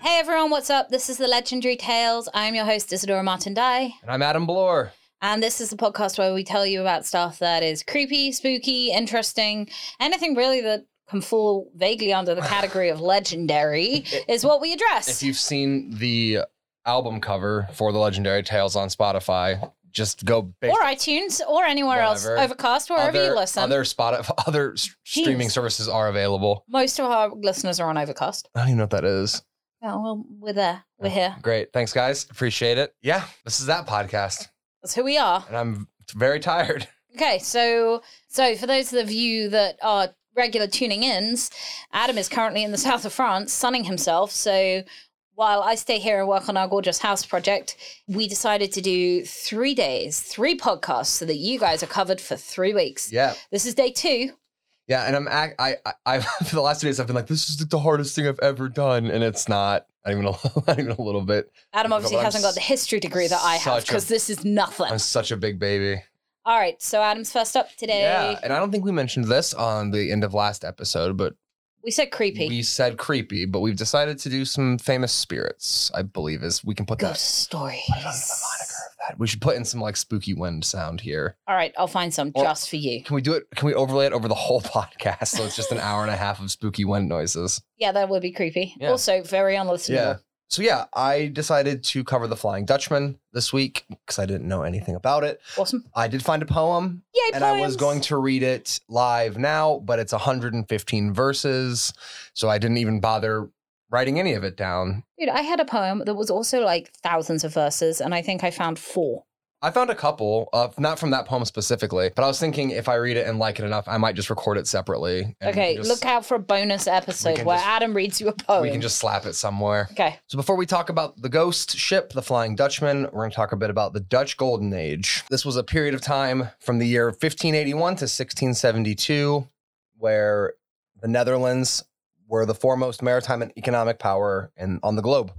Hey everyone, what's up? This is the Legendary Tales. I'm your host, Isadora Martin Dye, And I'm Adam Bloor. and this is the podcast where we tell you about stuff that is creepy, spooky, interesting, anything really that can fall vaguely under the category of legendary is what we If address. you've seen the album cover for the Legendary Tales on Spotify, just go base Or iTunes, or anywhere Whatever. else, Overcast, wherever you listen. Other Spotify, other s- streaming Jeez. services are available. Most of our listeners are on Overcast. I don't even know what that is. Oh, well, we're there. Oh. We're here. Great. Thanks, guys. Appreciate it. Yeah, this is that podcast. That's who we are. And I'm very tired. Okay, so so for those of you that are regular tuning ins, Adam is currently in the south of France sunning himself. So while I stay here and work on our gorgeous house project, we decided to do three days, three podcasts, so that you guys are covered for three weeks. Yeah. This is day two. Yeah. And I'm, ac- I, I, I, for the last two days, I've been like, this is like the hardest thing I've ever done. And it's not, not even a, not even a little bit. Adam But obviously I'm hasn't got the history degree that I have such a- because this is nothing. I'm such a big baby. All right, so Adam's first up today. Yeah, and I don't think we mentioned this on the end of last episode, but We said creepy. we said creepy, but we've decided to do some famous spirits. I believe is we can put Ghost that. stories. I don't know the moniker of that. We should put in some like spooky wind sound here. All right, I'll find some Or- just for you. Can we do it? Can we overlay it over the whole podcast so it's just an hour and a half of spooky wind noises? Yeah, that would be creepy. Yeah. Also, very unlistenable. Yeah. So yeah, I decided to cover the Flying Dutchman this week because I didn't know anything about it. Awesome. I did find a poem Yay, and I was going to read it live now, but it's 115 verses, so I didn't even bother writing any of it down. Dude, I had a poem that was also like thousands of verses, and I think I found four. I found a couple, uh, not from that poem specifically, but I was thinking if I read it and like it enough, I might just record it separately. and we okay, can just- look out for a bonus episode can where just- Adam reads you a poem. We can just slap it somewhere. Okay. So before we talk about the ghost ship, the Flying Dutchman, we're going to talk a bit about the Dutch Golden Age. This was a period of time from the year 1581 to 1672 where the Netherlands were the foremost maritime and economic power in, on the globe.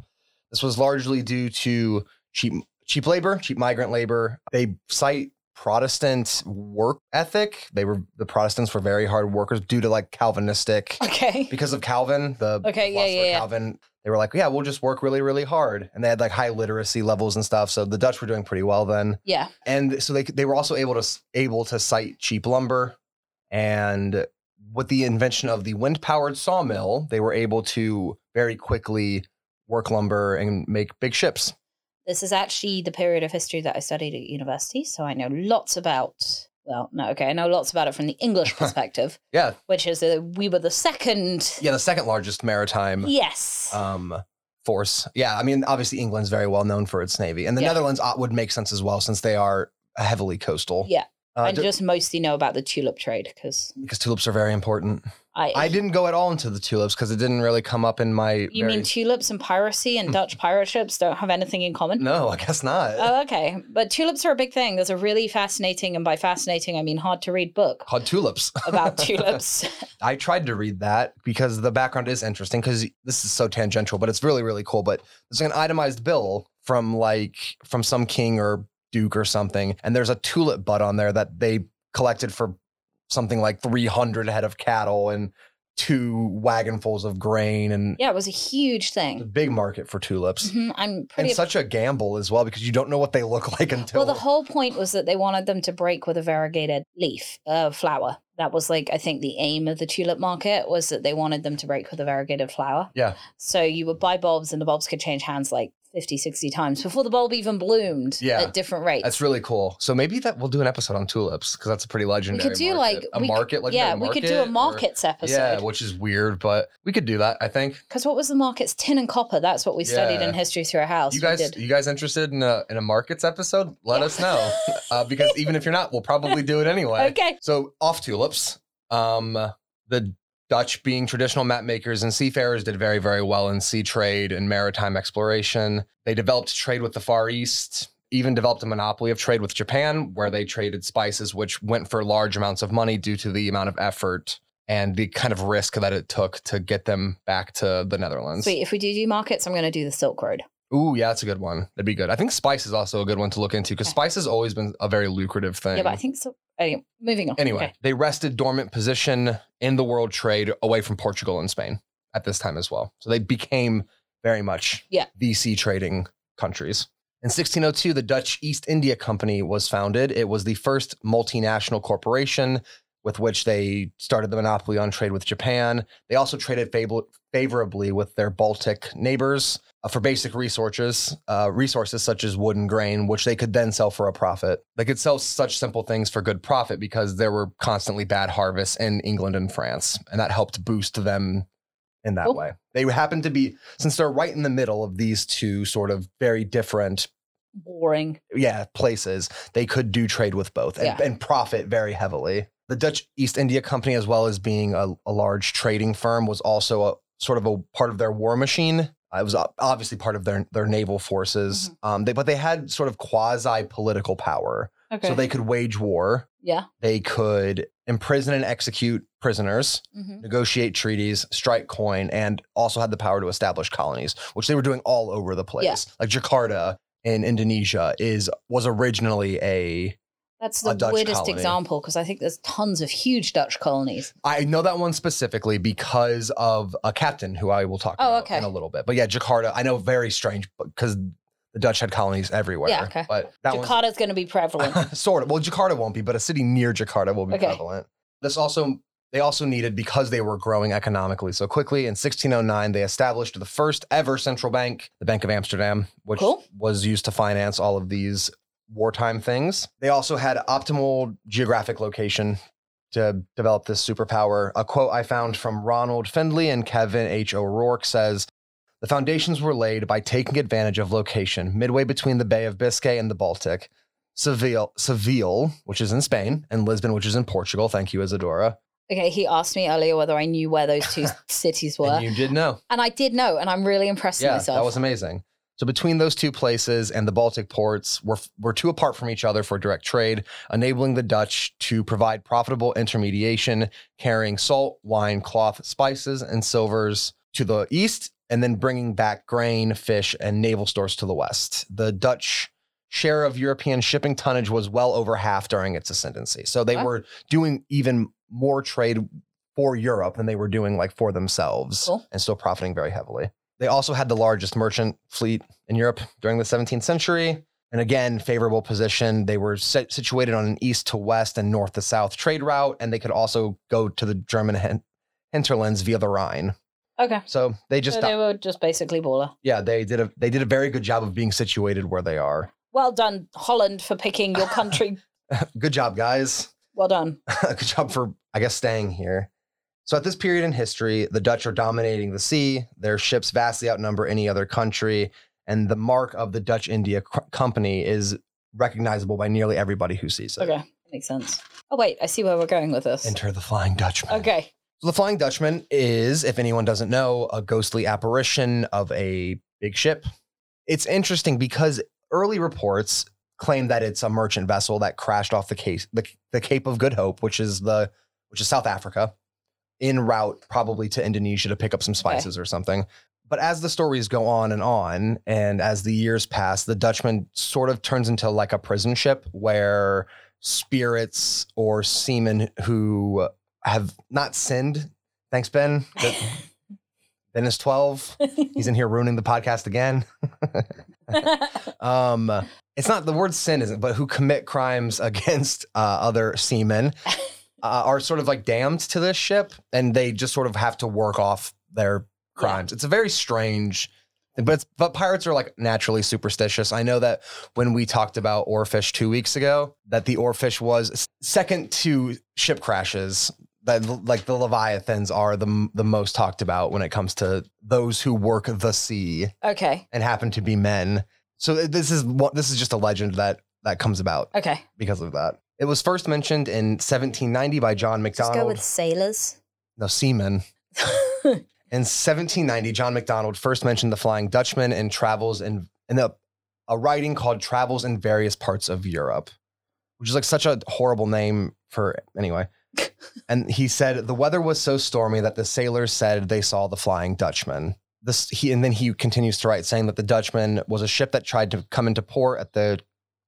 This was largely due to cheap cheap labor, cheap migrant labor. They cite Protestant work ethic. They were the Protestants were very hard workers due to like Calvinistic Okay. because of Calvin, the the Okay, yeah, philosopher yeah, yeah. Calvin, they were like, yeah, we'll just work really, really hard, and they had like high literacy levels and stuff. So the Dutch were doing pretty well then, Yeah. and so they they were also able to able to cite cheap lumber, and with the invention of the wind powered sawmill, they were able to very quickly work lumber and make big ships. This is actually the period of history that I studied at university, so I know lots about. Well, no, okay, I know lots about it from the English perspective, Yeah, which is that we were the second. yeah, the second largest maritime Yes. um force. Yeah, I mean, obviously England's very well known for its navy, and the Yeah. Netherlands uh, would make sense as well since they are heavily coastal. Yeah. Uh, I d- just mostly know about the tulip trade because because tulips are very important. I. I didn't go at all into the tulips because it didn't really come up in my. you mean very- Hmm. tulips and piracy and Dutch pirate ships don't have anything in common? no, I guess not. Oh, okay. But tulips are a big thing. There's a really fascinating, and by fascinating, I mean hard to read book Called tulips. about tulips. I tried to read that because the background is interesting because this is so tangential, but it's really really cool. But there's an itemized bill from like from some king or duke or something, and there's a tulip bud on there that they collected for something like 300 head of cattle and two wagonfuls of grain and Yeah, it was a huge a thing. big market for tulips. Mhm, I'm And pretty. such a gamble as well because you don't know what they look like until well, the whole point was that they wanted them to break with a variegated leaf uh, flower. That was like I think the aim of the tulip market was that they wanted them to break with a variegated flower. Yeah. So you would buy bulbs, and the bulbs could change hands like 50, 60 times before the bulb even bloomed Yeah. at different rates. That's really cool. So maybe that we'll do an episode on tulips because that's a pretty we legendary. could do market. like a we could- market, legendary yeah, we could do a or- markets episode. Yeah, which is weird, but we could do that. I think Because what was the markets? Tin and copper. That's what we studied Yeah. in history through our house. you We guys, did. you guys interested in a in a markets episode? Let Yeah. us know uh, because even if you're not, we'll probably do it anyway. Okay. So off tulips, um, the Dutch, being traditional map makers and seafarers, did very very well in sea trade and maritime exploration. They developed trade with the Far East. Even developed a monopoly of trade with Japan, where they traded spices, which went for large amounts of money due to the amount of effort and the kind of risk that it took to get them back to the Netherlands. Sweet. If we do do markets, I'm going to do the Silk Road. Ooh, yeah, that's a good one. That'd be good. I think spice is also a good one to look into because Okay. spice has always been a very lucrative thing. Yeah, but I think so. Anyway, moving on. anyway, Okay. they rested dormant position in the world trade away from Portugal and Spain at this time as well. So they became very much Yeah. VC trading countries. In 1602, the Dutch East India Company was founded. It was the first multinational corporation with which they started the monopoly on trade with Japan. They also traded fabl- favorably with their Baltic neighbors uh, for basic resources, uh, resources such as wood and grain, which they could then sell for a profit. They could sell such simple things for good profit because there were constantly bad harvests in England and France, and that helped boost them in that Cool. way. They happened to be since they're right in the middle of these two sort of very different Boring. yeah places they could do trade with both and, Yeah. and profit very heavily the dutch east india company as well as being a, a large trading firm was also a sort of a part of their war machine Uh, it was ob- obviously part of their, their naval forces Mm-hmm. um, they, but they had sort of quasi political power Okay. so they could wage war yeah. they could imprison and execute prisoners hmm negotiate treaties, strike coin, and also had the power to establish colonies, which they were doing all over the place. Yeah. Like Jakarta in Indonesia is was originally a That's a the Dutch weirdest colony. example because I think there's tons of huge Dutch colonies. I know that one specifically because of a captain who I will talk Oh, about okay. in a little bit. But yeah, Jakarta, I know very strange because the Dutch had colonies everywhere. Yeah, okay. But that one's Jakarta's going to be prevalent. sort of. Well, Jakarta won't be, but a city near Jakarta will be Okay. prevalent. This also they also needed because they were growing economically so quickly. In 1609, they established the first ever central bank, the Bank of Amsterdam, which Cool. was used to finance all of these wartime things. They also had optimal geographic location to develop this superpower. A quote I found from Ronald Findley and Kevin H. O'Rourke says The foundations were laid by taking advantage of location midway between the Bay of Biscay and the Baltic. Seville, Seville, which is in Spain, and Lisbon, which is in Portugal. Thank you, Isadora. okay. He asked me earlier whether I knew where those two cities were. And you did know. and I did know, and I'm really impressed with Yeah, myself. that was amazing. So between those two places and the Baltic ports were were two apart from each other for direct trade, enabling the Dutch to provide profitable intermediation, carrying salt, wine, cloth, spices, and silvers to the east, and then bringing back grain, fish, and naval stores to the west. The Dutch share of European shipping tonnage was well over half during its ascendancy. So they Wow. were doing even more trade for Europe than they were doing like for themselves Cool. and still profiting very heavily. They also had the largest merchant fleet in Europe during the 17th century. And again, favorable position. They were si- situated on an east to west and north to south trade route, and they could also go to the German hen- hinterlands via the Rhine. okay. So they just, so they were just basically baller. yeah, they did a they did a very good job of being situated where they are. Well done, Holland, for picking your country. Good job, guys. well done. good job for I guess staying here. So at this period in history, the Dutch are dominating the sea. Their ships vastly outnumber any other country, and the mark of the Dutch India C- Company is recognizable by nearly everybody who sees it. Okay, makes sense. Oh wait, I see where we're going with this. Enter the Flying Dutchman. Okay. So the Flying Dutchman is, if anyone doesn't know, a ghostly apparition of a big ship. It's interesting because early reports claim that it's a merchant vessel that crashed off the case the, the Cape of Good Hope, which is the which is South Africa, en route probably to Indonesia to pick up some spices or something. But as the stories go on and on, and as the years pass, the Dutchman sort of turns into like a prison ship where spirits or seamen who uh, have not sinned. Thanks, Ben. Ben- Ben is 12. He's in here ruining the podcast again. Um, it's not the word sin isn't, but who commit crimes against uh, other seamen uh, are sort of like damned to this ship, and they just sort of have to work off their crimes. It's a very strange. But it's- but pirates are like naturally superstitious. I know that when we talked about oarfish two weeks ago, that the oarfish was s- second to ship crashes. That l- like the leviathans are the m- the most talked about when it comes to those who work the sea okay. and happen to be men. So th- this is what this is just a legend that that comes about Okay. because of that. It was first mentioned in 1790 by John Just go MacDonald. with sailors. no, seaman. In 1790, John MacDonald first mentioned the Flying Dutchman in travels in in a, a writing called Travels in Various Parts of Europe, which is like such a horrible name for anyway. and he said the weather was so stormy that the sailors said they saw the Flying Dutchman. This he and then he continues to write saying that the Dutchman was a ship that tried to come into port at the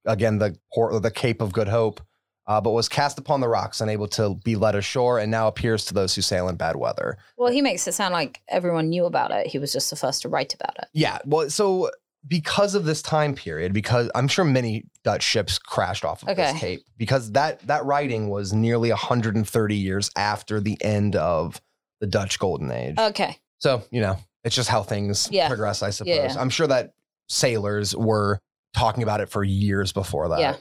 again the port or the Cape of Good Hope uh, but was cast upon the rocks, unable to be led ashore, and now appears to those who sail in bad weather. Well, he makes it sound like everyone knew about it. He was just the first to write about it. Yeah. Well, so because of this time period, because I'm sure many Dutch ships crashed off of Okay. this cape, because that that writing was nearly 130 years after the end of the Dutch Golden Age. Okay. so you know, it's just how things Oh. Yeah. progress, I suppose. yeah. I'm sure that sailors were talking about it for years before that. Yeah.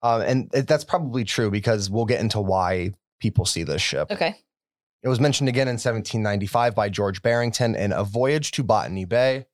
Um, and it, that's probably true because we'll get into why people see this ship. Okay. It was mentioned again in 1795 by George Barrington in A Voyage to Botany Bay.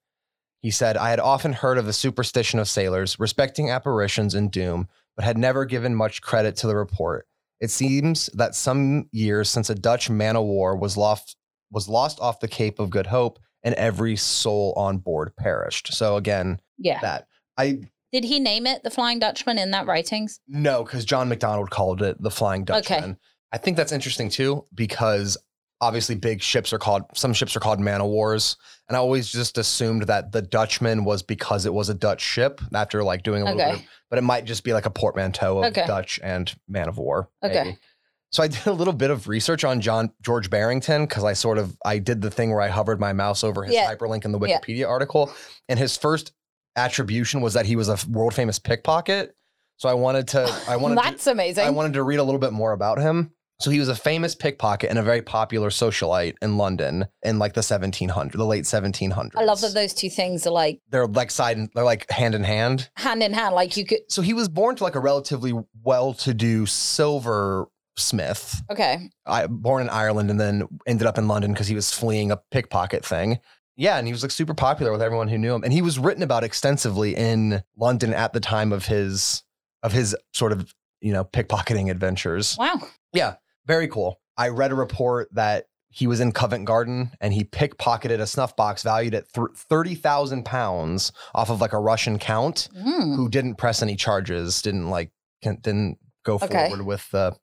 He said, I had often heard of the superstition of sailors respecting apparitions and doom, but had never given much credit to the report. It seems that some years since a Dutch man of war was lost, was lost off the Cape of Good Hope, and every soul on board perished. So, again, Yeah. that. I Did he name it the Flying Dutchman in that writings? no, because John McDonald called it the Flying Okay. Dutchman. I think that's interesting too, because obviously big ships are called some ships are called man o' wars, and I always just assumed that the Dutchman was because it was a Dutch ship. After like doing a little bit, Okay. of, but it might just be like a portmanteau of Okay. Dutch and man of war. Okay. maybe. So I did a little bit of research on John George Barrington because I sort of I did the thing where I hovered my mouse over his Yeah. hyperlink in the Yeah. Wikipedia article, and his first attribution was that he was a world famous pickpocket. So I wanted to I wanted to, That's amazing. I wanted to read a little bit more about him. So he was a famous pickpocket and a very popular socialite in London in like the 1700s, the late 1700s. I love that those two things are like They're like side, in- they're like hand in hand. hand in hand. Like you could. So he was born to like a relatively well-to-do silversmith, Okay. I, born in Ireland and then ended up in London because he was fleeing a pickpocket thing. Yeah, and he was like super popular with everyone who knew him, and he was written about extensively in London at the time of his of his sort of you know pickpocketing adventures. Wow. Yeah, very cool. I read a report that he was in Covent Garden and he pickpocketed a snuff box valued at th- thirty thousand pounds off of like a Russian count Mm. who didn't press any charges, didn't like can, didn't go Okay. forward with the.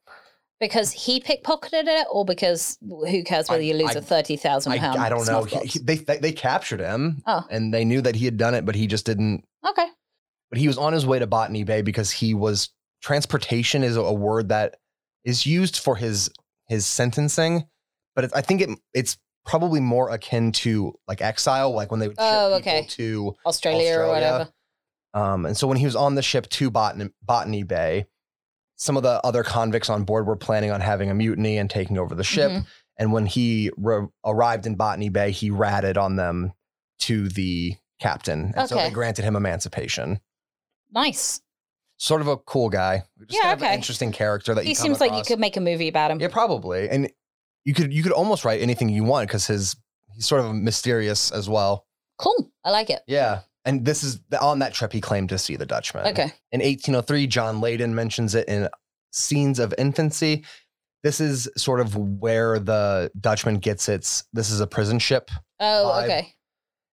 Because he pickpocketed it, or because who cares whether I- you lose I- a thirty thousand I, pound? I don't know. snuff box? He- he- they they captured him Oh. and they knew that he had done it, but he just didn't. okay. But he was on his way to Botany Bay because he was transportation is a word that is used for his his sentencing, but it, I think it it's probably more akin to like exile, like when they would ship Oh, people okay. to. Australia, or Australia. whatever. Um, and so when he was on the ship to Botany, Botany Bay, some of the other convicts on board were planning on having a mutiny and taking over the ship. Mhm. And when he re- arrived in Botany Bay, he ratted on them to the captain, and so Okay. they granted him emancipation. Nice. Sort of a cool guy, just Yeah, kind of an okay. interesting character that you He come seems like you across. could make a movie about him. Yeah, probably. And you could you could almost write anything you want because his he's sort of mysterious as well. Cool. I like it. Yeah. And this is on that trip he claimed to see the Dutchman. Okay. In 1803, John Leyden mentions it in Scenes of Infancy. This is sort of where the Dutchman gets its this is a prison ship Oh, Vibe. okay.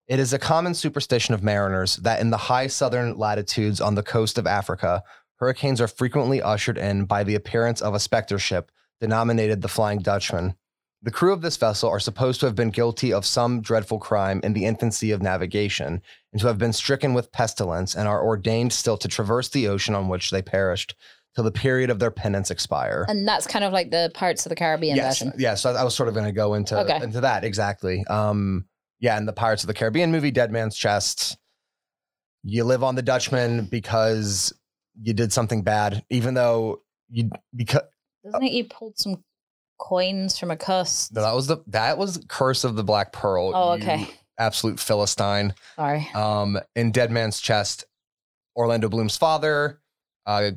it is a common superstition of mariners that in the high southern latitudes on the coast of Africa, hurricanes are frequently ushered in by the appearance of a specter ship denominated the Flying Dutchman. The crew of this vessel are supposed to have been guilty of some dreadful crime in the infancy of navigation, and to have been stricken with pestilence, and are ordained still to traverse the ocean on which they perished, till the period of their penance expire. And that's kind of like the Pirates of the Caribbean Yes, version. yeah. So I was sort of going to go into Okay. into that exactly. Um, yeah, and the Pirates of the Caribbean movie, Dead Man's Chest. You live on the Dutchman because you did something bad, even though you because Doesn't it? You pulled some coins from a curse. no, that was the that was Curse of the Black Pearl. oh, you okay. absolute philistine. Sorry. Um, in Dead Man's Chest, Orlando Bloom's father uh,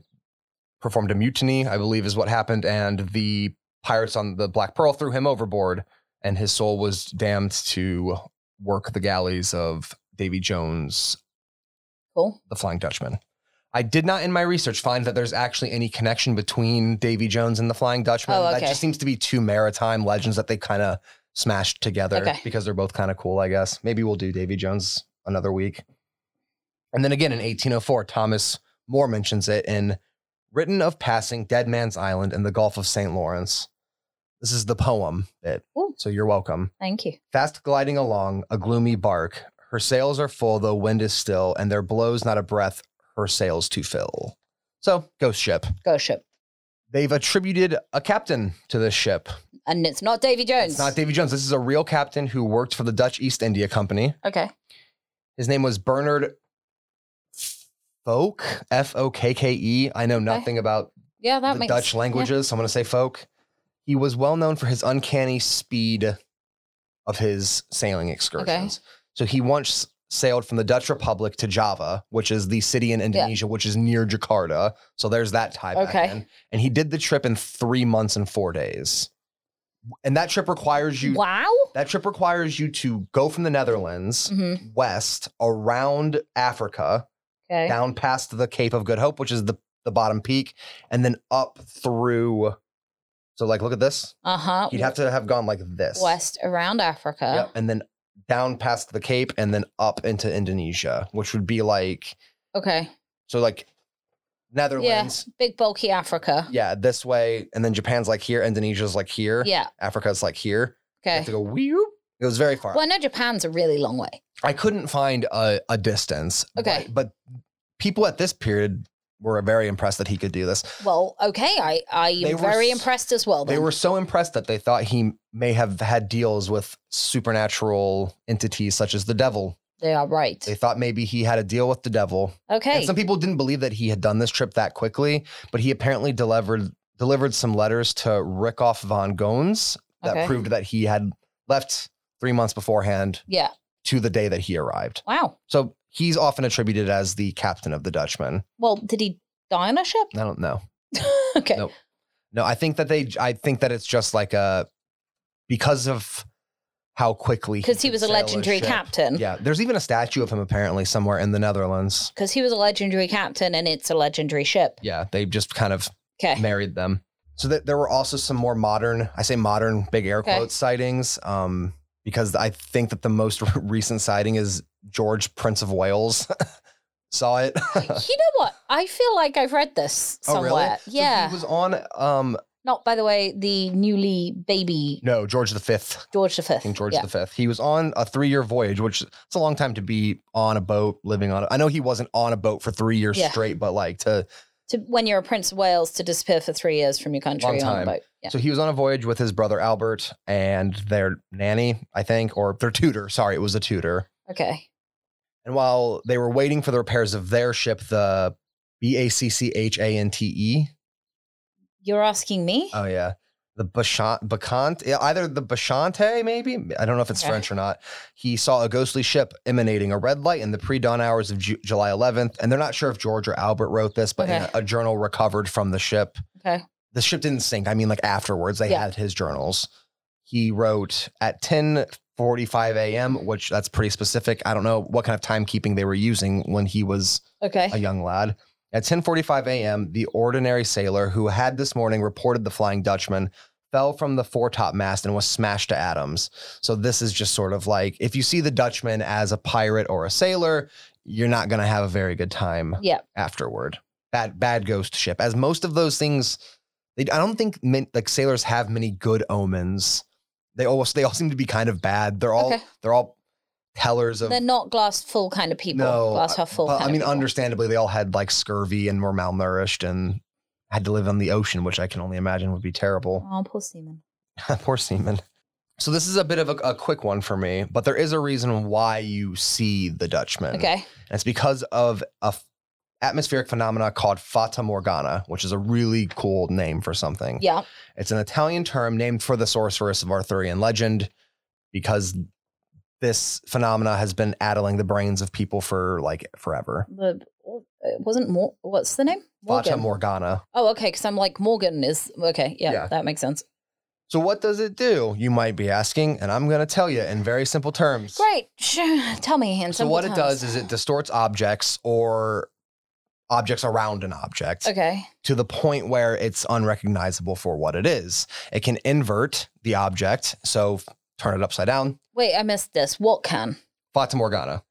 performed a mutiny, I believe, is what happened, and the pirates on the Black Pearl threw him overboard, and his soul was damned to work the galleys of Davy Jones, Cool. the Flying Dutchman. I did not, in my research, find that there's actually any connection between Davy Jones and the Flying Dutchman. Oh, That okay. just seems to be two maritime legends that they kind of smashed together Okay. because they're both kind of cool, I guess. Maybe we'll do Davy Jones another week. And then again in 1804, Thomas Moore mentions it in Written of Passing Dead Man's Island in the Gulf of St. Lawrence. This is the poem bit. Ooh. So you're welcome. Thank you. Fast gliding along, a gloomy bark. Her sails are full, though wind is still, and there blows not a breath her sails to fill. So, ghost ship. Go ship. They've attributed a captain to this ship. And it's not Davy Jones. It's not Davy Jones. This is a real captain who worked for the Dutch East India Company. okay. His name was Bernard Folk, F O K K E. I know nothing about Yeah, that the makes Dutch languages, so I'm going to say folk. He was well known for his uncanny speed of his sailing excursions. So he once sailed from the Dutch Republic to Java, which is the city in Indonesia, which is near Jakarta. So there's that tie back Okay. in. And he did the trip in three months and four days. And that trip requires you. Wow. That trip requires you to go from the Netherlands hmm west around Africa, Okay. down past the Cape of Good Hope, which is the, the bottom peak, and then up through. So, like, look at this. Uh huh. You'd have to have gone like this. West uh. around Africa. Yep, and then down past the Cape and then up into Indonesia, which would be like, Okay. so like Netherlands. Big bulky Africa. Yeah. this way. And then Japan's like here. Indonesia's like here. Yeah. Africa's like here. You have Okay. to go, whew. It was very far. Well, I know Japan's a really long way. I couldn't find a, a distance. Okay. But, but people at this period were very impressed that he could do this. Well, okay. I I They am were very s- impressed as well. They then. were so impressed that they thought he may have had deals with supernatural entities such as the devil. They are right. They thought maybe he had a deal with the devil. And Okay. some people didn't believe that he had done this trip that quickly, but he apparently delivered delivered some letters to Rickoff von Gones that Okay. proved that he had left three months beforehand Yeah. to the day that he arrived. Wow. So he's often attributed as the captain of the Dutchman. Well, did he die on a ship? I don't know. okay. Nope. No, I think that they. I think that it's just like a because of how quickly Because he could was a sail legendary ship. captain. Yeah, there's even a statue of him apparently somewhere in the Netherlands. Because he was a legendary captain and it's a legendary ship. Yeah, they just kind of Okay. married them. So that there were also some more modern, I say modern, big air Okay. quotes sightings, um, because I think that the most recent sighting is George Prince of Wales saw it. you know what? I feel like I've read this Oh, really? somewhere. So Yeah. he was on. Um, Not, by the way, the newly baby no, George the Fifth George V. King George yeah. the Fifth. He was on a three-year voyage, which it's a long time to be on a boat, living on. A, I know he wasn't on a boat for three years Yeah. straight, but like to to, when you're a Prince of Wales, to disappear for three years from your country on a Long time. boat. Yeah. so he was on a voyage with his brother Albert and their nanny, I think, or their tutor. Sorry, it was a tutor. Okay. And while they were waiting for the repairs of their ship, the B A C C H A N T E. You're asking me? Oh yeah. The Bachant, Bacant, yeah, either the Bachante, maybe I don't know if it's Okay. French or not. He saw a ghostly ship emanating a red light in the pre-dawn hours of Ju- July 11th, and they're not sure if George or Albert wrote this, but in Okay. a, a journal recovered from the ship. Okay. the ship didn't sink. I mean, like afterwards, they Yeah. had his journals. He wrote at 10:45 a.m., which that's pretty specific. I don't know what kind of timekeeping they were using when he was okay. a young lad. At 10:45 a.m., the ordinary sailor who had this morning reported the Flying Dutchman fell from the foretop mast and was smashed to atoms. So this is just sort of like if you see the Dutchman as a pirate or a sailor, you're not going to have a very good time yeah. afterward. Bad bad ghost ship. As most of those things they, I don't think min, like sailors have many good omens. They almost they all seem to be kind of bad. They're all Okay. they're all tellers of They're not glass full kind of people. No, glass half full. but, kind I of mean, people. understandably, they all had like scurvy and were malnourished and had to live on the ocean, which I can only imagine would be terrible. Oh, poor seaman. Poor seamen. So this is a bit of a, a quick one for me, but there is a reason why you see the Dutchman. Okay. And it's because of a f- atmospheric phenomena called Fata Morgana, which is a really cool name for something. Yeah. It's an Italian term named for the sorceress of Arthurian legend because this phenomena has been addling the brains of people for like forever. The it wasn't more. What's the name? Fata Morgana. Oh, okay. Because I'm like Morgan is okay. Yeah, Yeah. that makes sense. So, what does it do? You might be asking, and I'm going to tell you in very simple terms. Great. Sure. Tell me. In So, simple what it terms. does is it distorts objects or objects around an object Okay. to the point where it's unrecognizable for what it is. It can invert the object, so f- turn it upside down. Wait, I missed this. What can? Fata Morgana.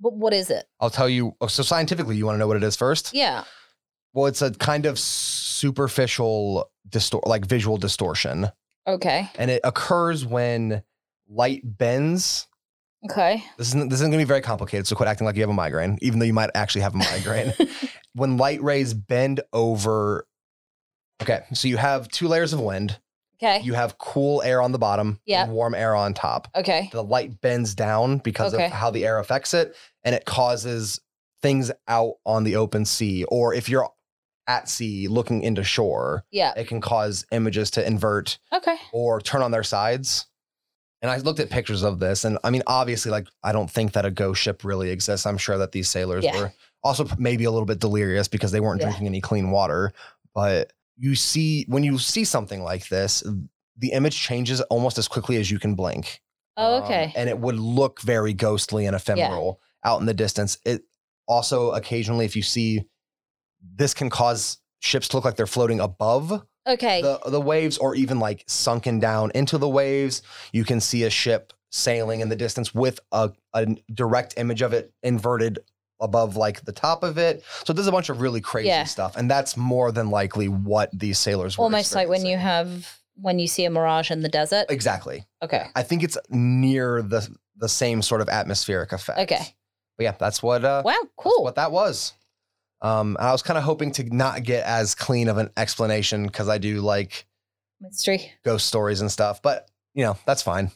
What, what is it? I'll tell you. oh, So, scientifically, you want to know what it is first? Yeah. Well, it's a kind of superficial, distor- like visual distortion, Okay. and it occurs when light bends Okay. This isn't this isn't gonna be very complicated, so quit acting like you have a migraine, even though you might actually have a migraine. when light rays bend over Okay, so you have two layers of wind. Okay. You have cool air on the bottom, Yeah. and warm air on top. okay. the light bends down because Okay. of how the air affects it and it causes things out on the open sea or if you're at sea looking into shore Yeah. it can cause images to invert Okay. or turn on their sides and i looked at pictures of this and i mean obviously like i don't think that a ghost ship really exists i'm sure that these sailors Yeah. were also p- maybe a little bit delirious because they weren't Yeah. drinking any clean water but you see when you see something like this the image changes almost as quickly as you can blink Oh, um, okay. and it would look very ghostly and ephemeral out in the distance. It also occasionally, if you see, this can cause ships to look like they're floating above okay. the, the waves or even like sunken down into the waves. You can see a ship sailing in the distance with a, a direct image of it inverted above like the top of it. So there's a bunch of really crazy Yeah. stuff. And that's more than likely what these sailors were Almost like when you experiencing. have when you see a mirage in the desert. Exactly. Okay. I think it's near the the same sort of atmospheric effect. Okay. But yeah, that's what uh Wow. that's Cool. what that was. Um and I was kind of hoping to not get as clean of an explanation cuz I do like Mystery. ghost stories and stuff, but you know, that's fine.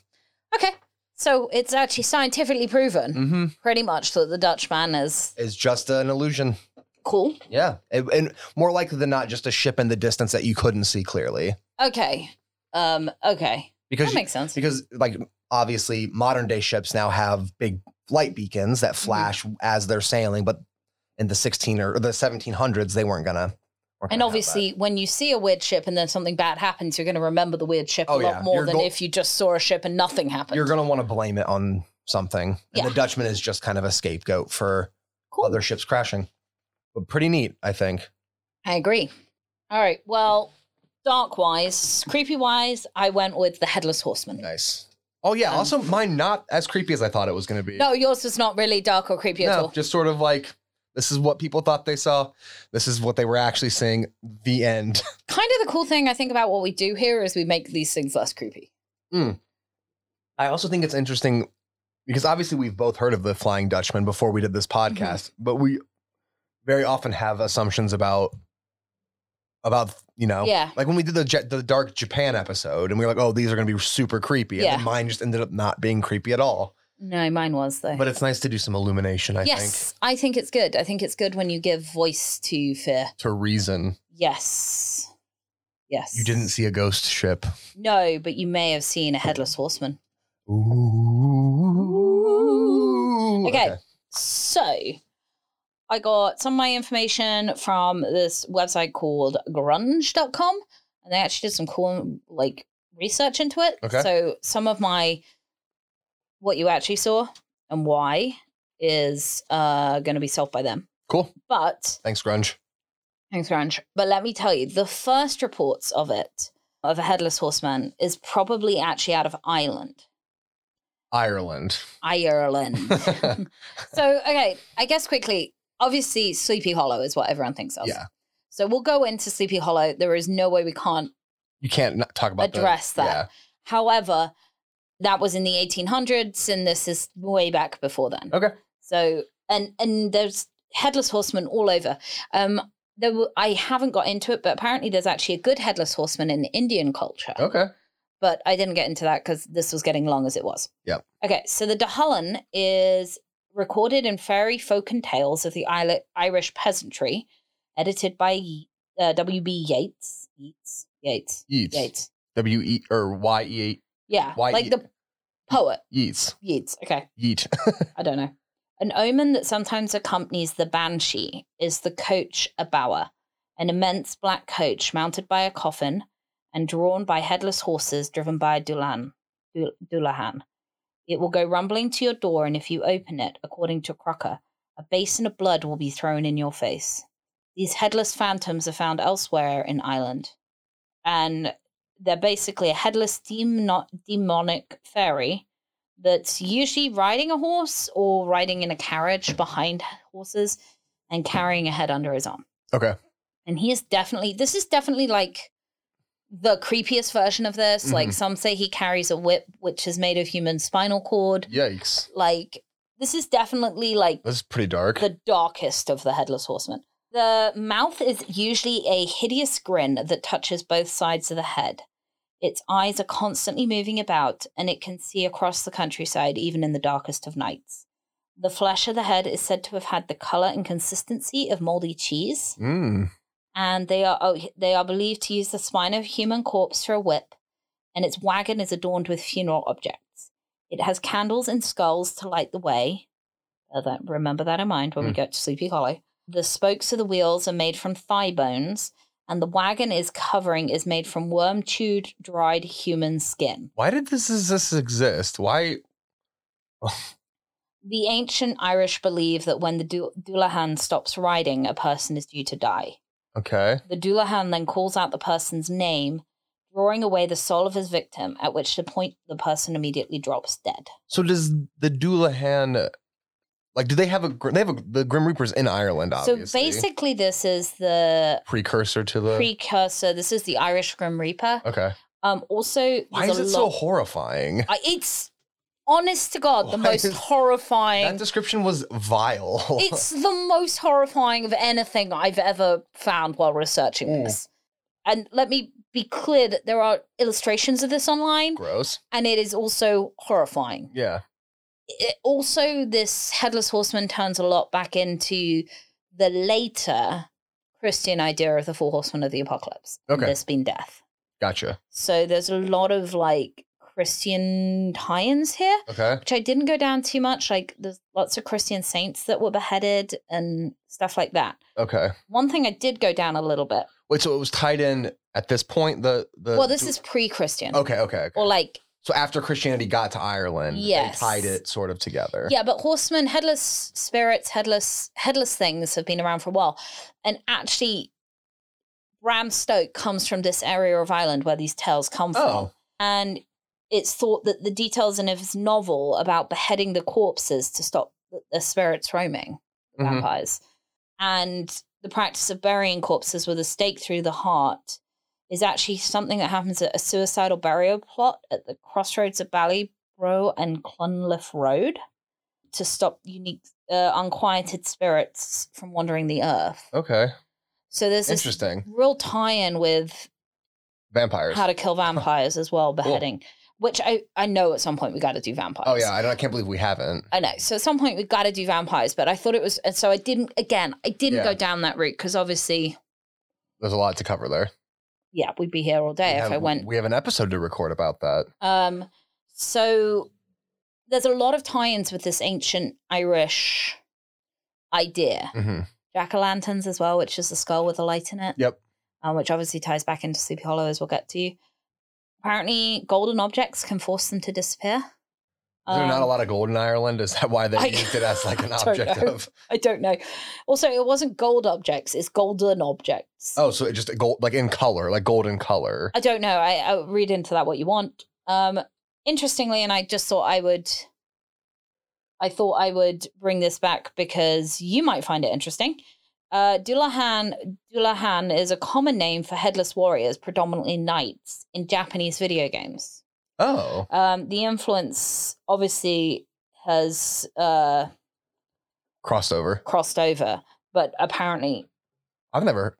Okay. So it's actually scientifically proven, Mhm. pretty much, that the Dutchman is It's just an illusion. cool. Yeah. It- and more likely than not just a ship in the distance that you couldn't see clearly Okay. Um. Okay. because That makes sense. because like obviously modern day ships now have big light beacons Mm-hmm. that flash as they're sailing but in the 16 or the 1700s they weren't gonna weren't And gonna have obviously, when you see a weird ship and then something bad happens, you're going to remember the weird ship a Oh, lot yeah. more You're than go- if you just saw a ship and nothing that. happened. you're gonna want to blame it on something and Yeah. the dutchman is just kind of a scapegoat for cool. other ships crashing but pretty neat i think I agree. All right. Well, dark wise, creepy wise, I went with the headless horseman. nice oh yeah Um, also mine not as creepy as i thought it was gonna be No, yours was not really dark or creepy at no all. just sort of like this is what people thought they saw this is what they were actually seeing the end Kind of the cool thing I think about what we do here is we make these things less creepy. I also think it's interesting because obviously we've both heard of the Flying Dutchman before we did this podcast, Mm-hmm. but we very often have assumptions about about you know Yeah. like when we did the Ja- the Dark Japan episode and we were like, oh, these are going to be super creepy, and Yeah. then mine just ended up not being creepy at all. No, mine was though. But it's nice to do some illumination, I think, yes, I think it's good. I think it's good when you give voice to fear. to reason Yes. Yes. you didn't see a ghost ship. No, but you may have seen a headless horseman. Ooh. Okay. So I got some of my information from this website called grunge.com and they actually did some cool like research into it. Okay. So some of my what you actually saw and why is uh gonna be solved by them. Cool. But Thanks, Grunge. thanks, Grunge. But let me tell you, the first reports of it of a headless horseman is probably actually out of Ireland. Ireland. Ireland. So, okay, I guess quickly, obviously, Sleepy Hollow is what everyone thinks of. yeah. So we'll go into Sleepy Hollow. There is no way we can't. You can't not talk about the- Address that. yeah. However, that was in the 1800s, and this is way back before then. Okay. So, and and there's headless horsemen all over. Um, there were, I haven't got into it, but apparently there's actually a good headless horseman in Indian culture. Okay. but I didn't get into that because this was getting long as it was. Yep. Okay, so the Dahullan is recorded in fairy folk and tales of the Ile- Irish peasantry, edited by uh, W.B. Yeats. Yeats. Yeats. Yeats. Yeats. W E or Y E Yeah, Why like Ye- the poet Yeats. Yeats. Okay, Yeet. I don't know. An omen that sometimes accompanies the banshee is the coach abower, an immense black coach mounted by a coffin and drawn by headless horses driven by a Dulan, Dul- Dulahan. It will go rumbling to your door, and if you open it, according to Crocker, a basin of blood will be thrown in your face. These headless phantoms are found elsewhere in Ireland, and they're basically a headless demon- demonic fairy that's usually riding a horse or riding in a carriage behind horses and carrying a head under his arm. Okay. And he is definitely, this is definitely like the creepiest version of this. Like Mhm. some say he carries a whip, which is made of human spinal cord. Yikes. Like, this is definitely like This is pretty dark. the darkest of the headless horsemen. The mouth is usually a hideous grin that touches both sides of the head. Its eyes are constantly moving about, and it can see across the countryside even in the darkest of nights. The flesh of the head is said to have had the color and consistency of moldy cheese, Mm. and they are oh, they are believed to use the spine of a human corpse for a whip, and its wagon is adorned with funeral objects. It has candles and skulls to light the way. Uh, that- remember that in mind when we Hmm. go to Sleepy Hollow. The spokes of the wheels are made from thigh bones, and the wagon is covering is made from worm chewed, dried human skin. Why did this is this exist? Why? The ancient Irish believe that when the Dou- Doulahan stops riding, a person is due to die. Okay. The Doulahan then calls out the person's name, drawing away the soul of his victim, at which the point the person immediately drops dead. So does the Doulahan, like, do they have a gr- they have a, the Grim Reapers in Ireland? Obviously, So basically, this is the precursor to the. precursor. This is the Irish Grim Reaper. okay. Um, also, Why there's is a it so lot- horrifying? I- it's honest to God the Why most is- That horrifying. description was vile. It's the most horrifying of anything I've ever found while researching Mm. this. And let me be clear that there are illustrations of this online, gross. and it is also horrifying. Yeah. it also this headless horseman turns a lot back into the later christian idea of the four horsemen of the apocalypse and Okay. there's been death Gotcha. so there's a lot of like christian tie-ins here Okay. which i didn't go down too much like there's lots of christian saints that were beheaded and stuff like that Okay. one thing i did go down a little bit Wait. So it was tied in at this point. The the. well this is pre-christian Okay. Okay. okay. or like so after Christianity got to Ireland, Yes. they tied it sort of together. Yeah, but horsemen, headless spirits, headless headless things have been around for a while, and actually, Bram Stoke comes from this area of Ireland where these tales come from, Oh. and it's thought that the details in his novel about beheading the corpses to stop the, the spirits roaming, the Mhm. vampires, and the practice of burying corpses with a stake through the heart is actually something that happens at a suicidal burial plot at the crossroads of Ballybro and Clonliffe Road to stop unique, uh, unquieted spirits from wandering the earth. Okay. So there's this Interesting. real tie-in with Vampires. how to kill vampires as well, Cool. beheading, which I, I know at some point we got to do vampires. Oh yeah, I, don't, I can't believe we haven't. I know. So at some point we've got to do vampires, but I thought it was, and so I didn't, again, I didn't Yeah. go down that route because obviously, There's a lot to cover there. yeah, we'd be here all day we if have, I went We have an episode to record about that. Um, so there's a lot of tie-ins with this ancient Irish idea. hmm Jack o' lanterns as well, which is the skull with a light in it. Yep. Um, which obviously ties back into Sleepy Hollow, as we'll get to. Apparently, golden objects can force them to disappear. Is there not Um, a lot of gold in Ireland? Is that why they I- used it as like an I don't object know. of? I don't know. Also, it wasn't gold objects; it's golden objects. Oh, so it just gold, like in color, like golden color. I don't know. I, I read into that what you want. Um, interestingly, and I just thought I would, I thought I would bring this back because you might find it interesting. Uh, Dulahan Dulahan is a common name for headless warriors, predominantly knights, in Japanese video games. Oh, Um, the influence obviously has uh, crossover. crossed over, but apparently, I've never.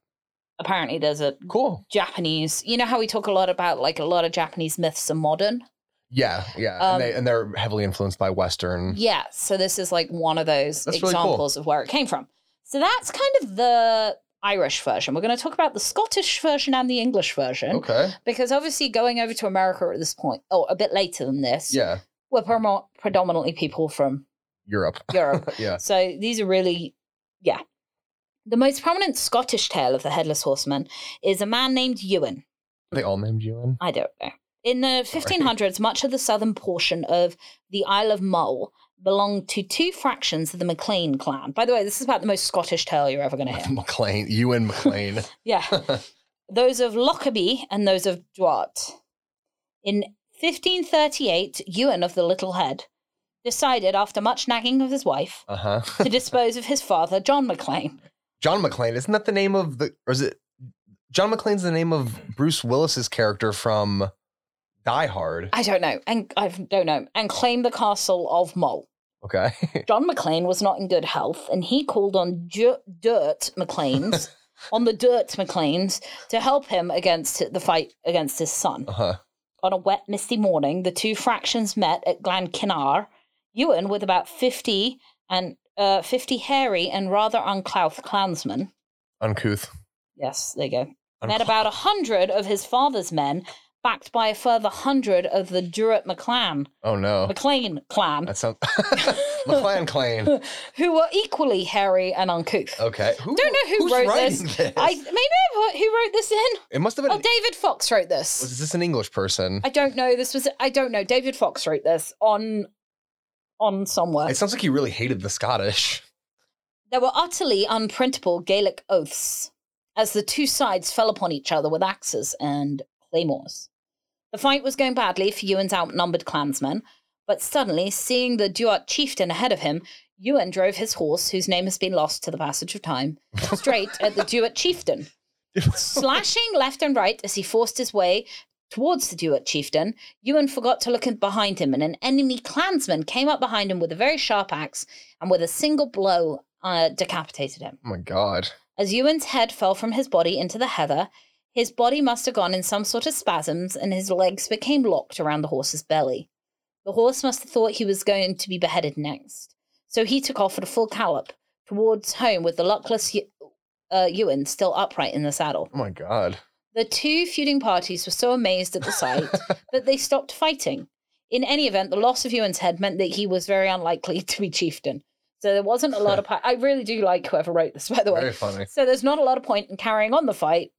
apparently, there's a Cool. Japanese. You know how we talk a lot about like a lot of Japanese myths are modern. Yeah, yeah, Um, and, they, and they're heavily influenced by Western. Yeah. So this is like one of those Mm. That's really cool. examples of where it came from. So that's kind of the Irish version. We're going to talk about the Scottish version and the English version Okay. because obviously going over to America at this point, or a bit later than this, Yeah, were promo- predominantly people from Europe. Europe. Yeah. so these are really, yeah. The most prominent Scottish tale of the Headless Horseman is a man named Ewan. They all named Ewan. I don't know. In the 1500s, much of the southern portion of the Isle of Mull belonged to two fractions of the MacLean clan. By the way, this is about the most Scottish tale you're ever going to hear. McLean, Ewan McLean. Yeah. Those of Lockerbie and those of Duart. In 1538, Ewan of the Little Head decided, after much nagging of his wife, uh huh. to dispose of his father, John MacLean. John McLean. Isn't that the name of the? Or is it? John McLean's the name of Bruce Willis's character from Die Hard. I don't know, and I don't know, and claim the castle of Mull. Okay. John McLean was not in good health, and he called on Ju- Dirt McLean's on the Dirt McLean's to help him against the fight against his son. Uh huh. On a wet, misty morning, the two fractions met at Glenkinnar. Ewan, with about fifty and uh, fifty hairy and rather unclothed clansmen, Uncouth. yes, there you go, met Uncouth. about a hundred of his father's men, backed by a further hundred of the Durat McLean oh no. McLean clan, That sounds. McLan Clan. who were equally hairy and uncouth. Okay. Who, Don't know who who's wrote writing this. I maybe I put who wrote this in. it must have been. Oh, David Fox wrote this. was this an English person? I don't know. This was I don't know. David Fox wrote this on on somewhere. it sounds like he really hated the Scottish. There were utterly unprintable Gaelic oaths as the two sides fell upon each other with axes and claymores. The fight was going badly for Ewan's outnumbered clansmen, but suddenly, seeing the Duat chieftain ahead of him, Ewan drove his horse, whose name has been lost to the passage of time, straight at the Duat chieftain. Slashing left and right as he forced his way towards the Duat chieftain, Ewan forgot to look in- behind him, and an enemy clansman came up behind him with a very sharp axe and with a single blow uh, decapitated him. Oh my god. As Ewan's head fell from his body into the heather, his body must have gone in some sort of spasms and his legs became locked around the horse's belly. The horse must have thought he was going to be beheaded next, so he took off at a full gallop towards home with the luckless Ew- uh, Ewan still upright in the saddle. Oh my god. The two feuding parties were so amazed at the sight that they stopped fighting. In any event, the loss of Ewan's head meant that he was very unlikely to be chieftain. So there wasn't a lot of. Pa- I really do like whoever wrote this, by the way. Very funny. So there's not a lot of point in carrying on the fight.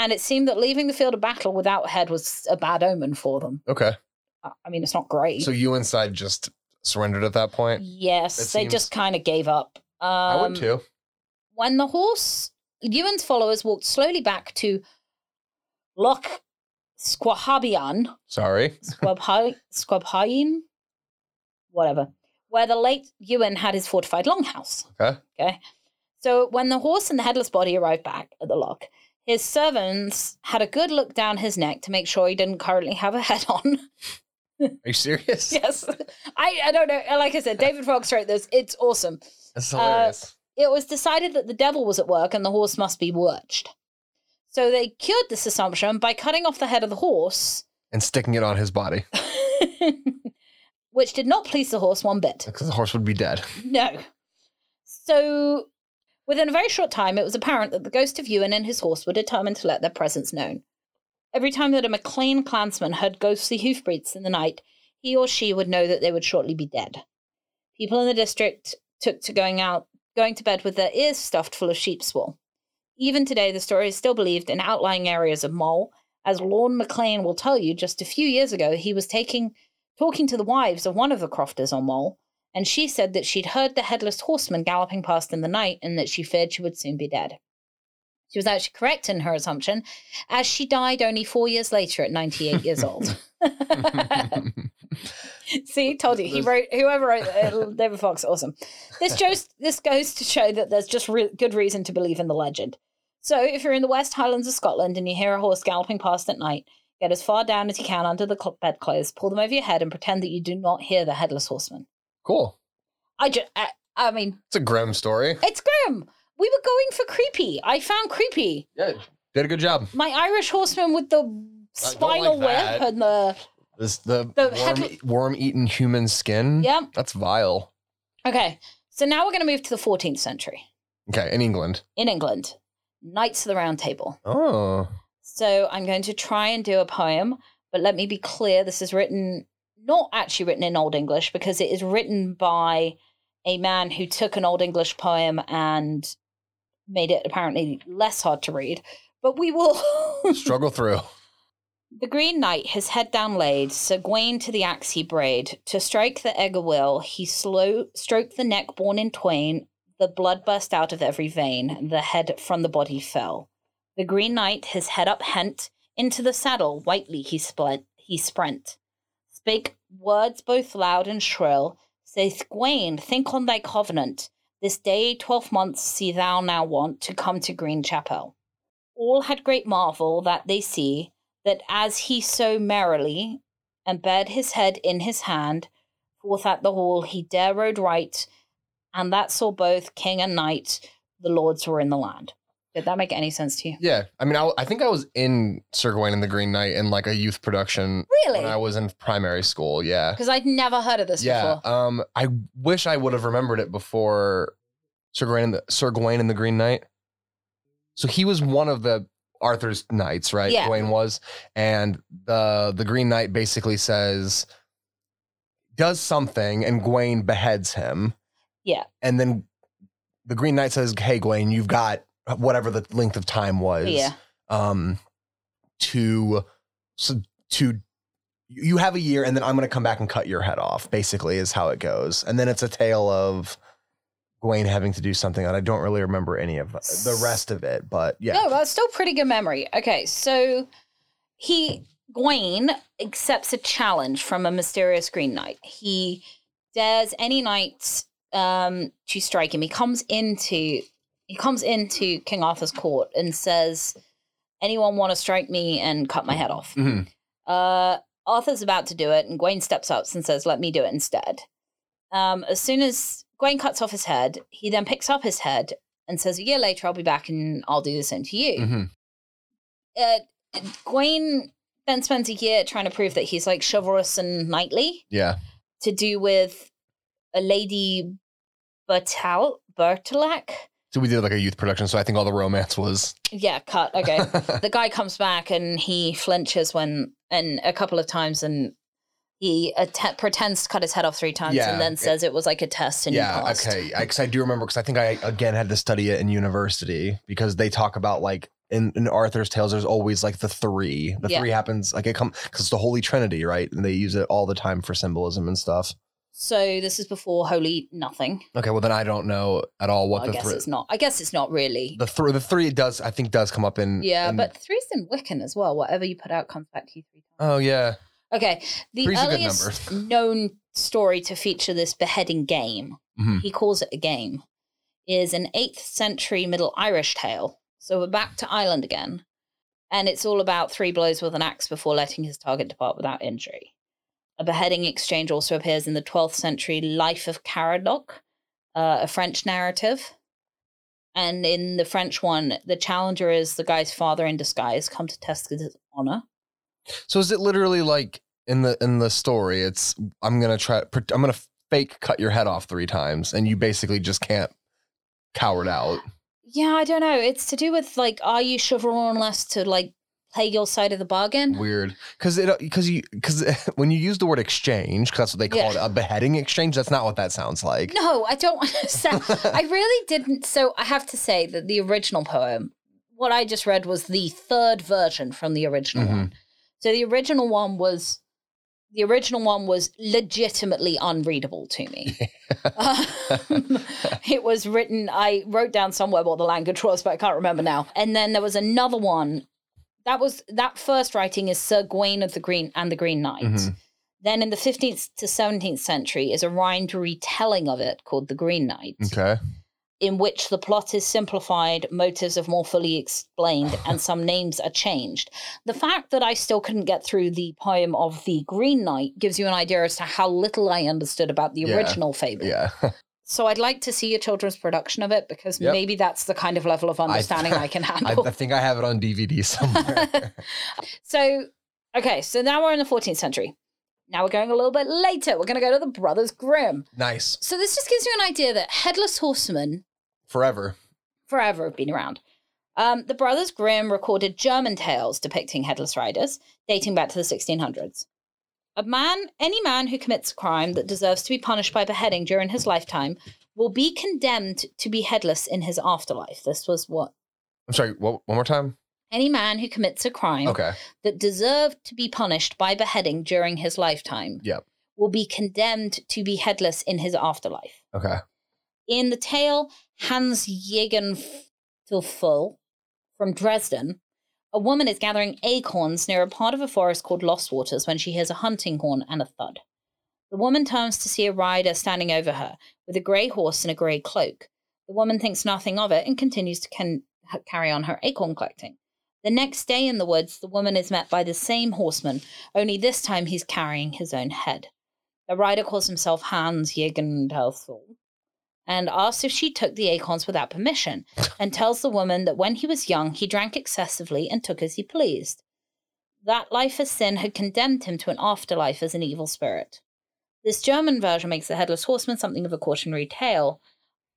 And it seemed that leaving the field of battle without a head was a bad omen for them. Okay. I I mean, it's not great. So you inside just surrendered at that point. yes, That they seems- just kind of gave up. Um, I would too. When the horse, Ewan's followers walked slowly back to Loch Squahabian, Sorry. Squabhi- Squabhain, whatever, where the late Ewan had his fortified longhouse. Okay. Okay. So when the horse and the headless body arrived back at the lock, his servants had a good look down his neck to make sure he didn't currently have a head on. Are you serious? yes. I, I don't know. Like I said, David Fox wrote this. It's awesome. That's uh, hilarious. It was decided that the devil was at work and the horse must be watched. So they cured this assumption by cutting off the head of the horse, and sticking it on his body which did not please the horse one bit. because the horse would be dead. No. So, within a very short time, it was apparent that the ghost of Ewan and his horse were determined to let their presence known. Every time that a MacLean clansman heard ghostly hoofbeats in the night, he or she would know that they would shortly be dead. People in the district took to going out, going to bed with their ears stuffed full of sheep's wool. Even today, the story is still believed in outlying areas of Mull. As Lorne MacLean will tell you, just a few years ago, he was taking, talking to the wives of one of the crofters on Mull, and she said that she'd heard the headless horseman galloping past in the night and that she feared she would soon be dead. She was actually correct in her assumption, as she died only four years later at 98 years old. See, told you, he There's- wrote, whoever wrote uh, David Fox, awesome. This, just, this goes to show that there's just re- good reason to believe in the legend. So, if you're in the West Highlands of Scotland and you hear a horse galloping past at night, get as far down as you can under the cl- bedclothes, pull them over your head, and pretend that you do not hear the headless horseman. cool. I just, I, I mean, It's a grim story. it's grim. We were going for creepy. I found creepy. Yeah. Did a good job. My Irish horseman with the spinal that. whip and the This the, The worm, head- eaten human skin. yeah. That's vile. Okay, so now we're going to move to the 14th century Okay, in England. in England. Knights of the Round Table. Oh. So I'm going to try and do a poem, but let me be clear: this is written not actually written in Old English because it is written by a man who took an Old English poem and made it apparently less hard to read. But we will Struggle through. The Green Knight, his head down laid, Sir Gawain to the axe he braid. To strike the egg a will, he slow stroked the neck born in twain. The blood burst out of every vein, the head from the body fell. The Green Knight, his head up hent, into the saddle whitely he split, he sprent. Spake words both loud and shrill, saith Gawain, think on thy covenant. This day twelve months see thou now want to come to Green Chapel. All had great marvel that they see, that as he so merrily embed his head in his hand, for forth at the hall he dare rode right, and that saw both king and knight, the lords were in the land. Did that make any sense to you? Yeah, I mean, I, I think I was in Sir Gawain and the Green Knight in like a youth production when I Really? was in primary school. Yeah, Because I'd never heard of this yeah. before. Um, I wish I would have remembered it before Sir Gawain and the Sir Gawain and the Green Knight. So he was one of the Arthur's knights, right? Yeah. Gawain was, and the the Green Knight basically says does something, and Gawain beheads him. Yeah. and then the Green Knight says, "Hey, Gawain, you've got whatever the length of time was." Yeah. um to so to you have a year and then I'm going to come back and cut your head off basically is how it goes. And then it's a tale of Gawain having to do something and I don't really remember any of the rest of it, but yeah. No, that's still pretty good memory. Okay, so he Gawain accepts a challenge from a mysterious Green Knight. He dares any knight um, to strike him. He comes into he comes into King Arthur's court and says, "Anyone want to strike me and cut my head off?" Mhm. Uh, Arthur's about to do it, and Gawain steps up and says, "Let me do it instead." Um, as soon as Gawain cuts off his head, he then picks up his head and says, "A year later, I'll be back and I'll do the same to you." Mhm. Uh, Gawain then spends a year trying to prove that he's like chivalrous and knightly Yeah. to do with a lady Bertal Bertalac. So we did like a youth production, so I think all the romance was Yeah, cut. Okay. the guy comes back and he flinches when and a couple of times and he att- pretends to cut his head off three times Yeah, and then it- says it was like a test and you yeah, passed. okay. I, cause I do remember because I think I again had to study it in university because they talk about like in, in Arthur's tales, there's always like the three. The Yeah. three happens like it comes because it's the Holy Trinity, right? And they use it all the time for symbolism and stuff. So this is before Holy Nothing. Okay, well then I don't know at all what I the guess three it's not. I guess it's not really. the three the three does I think does come up in yeah, in- but three's in Wiccan as well. Whatever you put out comes back to you three times. oh yeah Okay. The Three's a good earliest known story to feature this beheading game, Mhm. he calls it a game, is an 8th century Middle Irish tale. So we're back to Ireland again. And it's all about three blows with an axe before letting his target depart without injury. A beheading exchange also appears in the 12th century Life of Caradoc, uh, a French narrative. And in the French one, the challenger is the guy's father in disguise, come to test his honor. so is it literally like in the in the story it's I'm gonna try pr- I'm gonna fake cut your head off three times and you basically just can't coward out Yeah, I don't know. It's to do with like, are you chivalrous to like play your side of the bargain? weird because it because you because when you use the word exchange 'cause that's what they call Yeah. it a beheading exchange that's not what that sounds like No, I don't want to sound. I really didn't. So I have to say that the original poem, what I just read was the third version from the original Mhm. one. So the original one was, the original one was legitimately unreadable to me. Um, it was written, I wrote down somewhere what the language was, but I can't remember now. And then there was another one. That was that first writing is Sir Gawain of the Green and the Green Knight. Mhm. Then in the 15th to 17th century is a rhymed retelling of it called The Green Knight, okay in which the plot is simplified, motives are more fully explained, and some names are changed. The fact that I still couldn't get through the poem of The Green Knight gives you an idea as to how little I understood about the Yeah. original fable. yeah So I'd like to see a children's production of it because Yep. maybe that's the kind of level of understanding I, can I, handle. I think I have it on DVD somewhere so, okay, so now we're in the 14th century. Now we're going a little bit later. We're going to go to the Brothers Grimm. nice So this just gives you an idea that headless horsemen forever forever have been around. Um, the Brothers Grimm recorded German tales depicting headless riders dating back to the 1600s. A man, any man who commits a crime that deserves to be punished by beheading during his lifetime, will be condemned to be headless in his afterlife. This was what I'm sorry what, one more time any man who commits a crime okay that deserved to be punished by beheading during his lifetime Yep. will be condemned to be headless in his afterlife. okay In the tale, Hans Jürgen Filful from Dresden, a woman is gathering acorns near a part of a forest called Lost Waters when she hears a hunting horn and a thud. The woman turns to see a rider standing over her with a grey horse and a grey cloak. The woman thinks nothing of it and continues to can- carry on her acorn collecting. The next day in the woods, the woman is met by the same horseman, only this time he's carrying his own head. The rider calls himself Hans Jägentelthal and asks if she took the acorns without permission and tells the woman that when he was young, he drank excessively and took as he pleased. That life as sin had condemned him to an afterlife as an evil spirit. This German version makes the headless horseman something of a cautionary tale.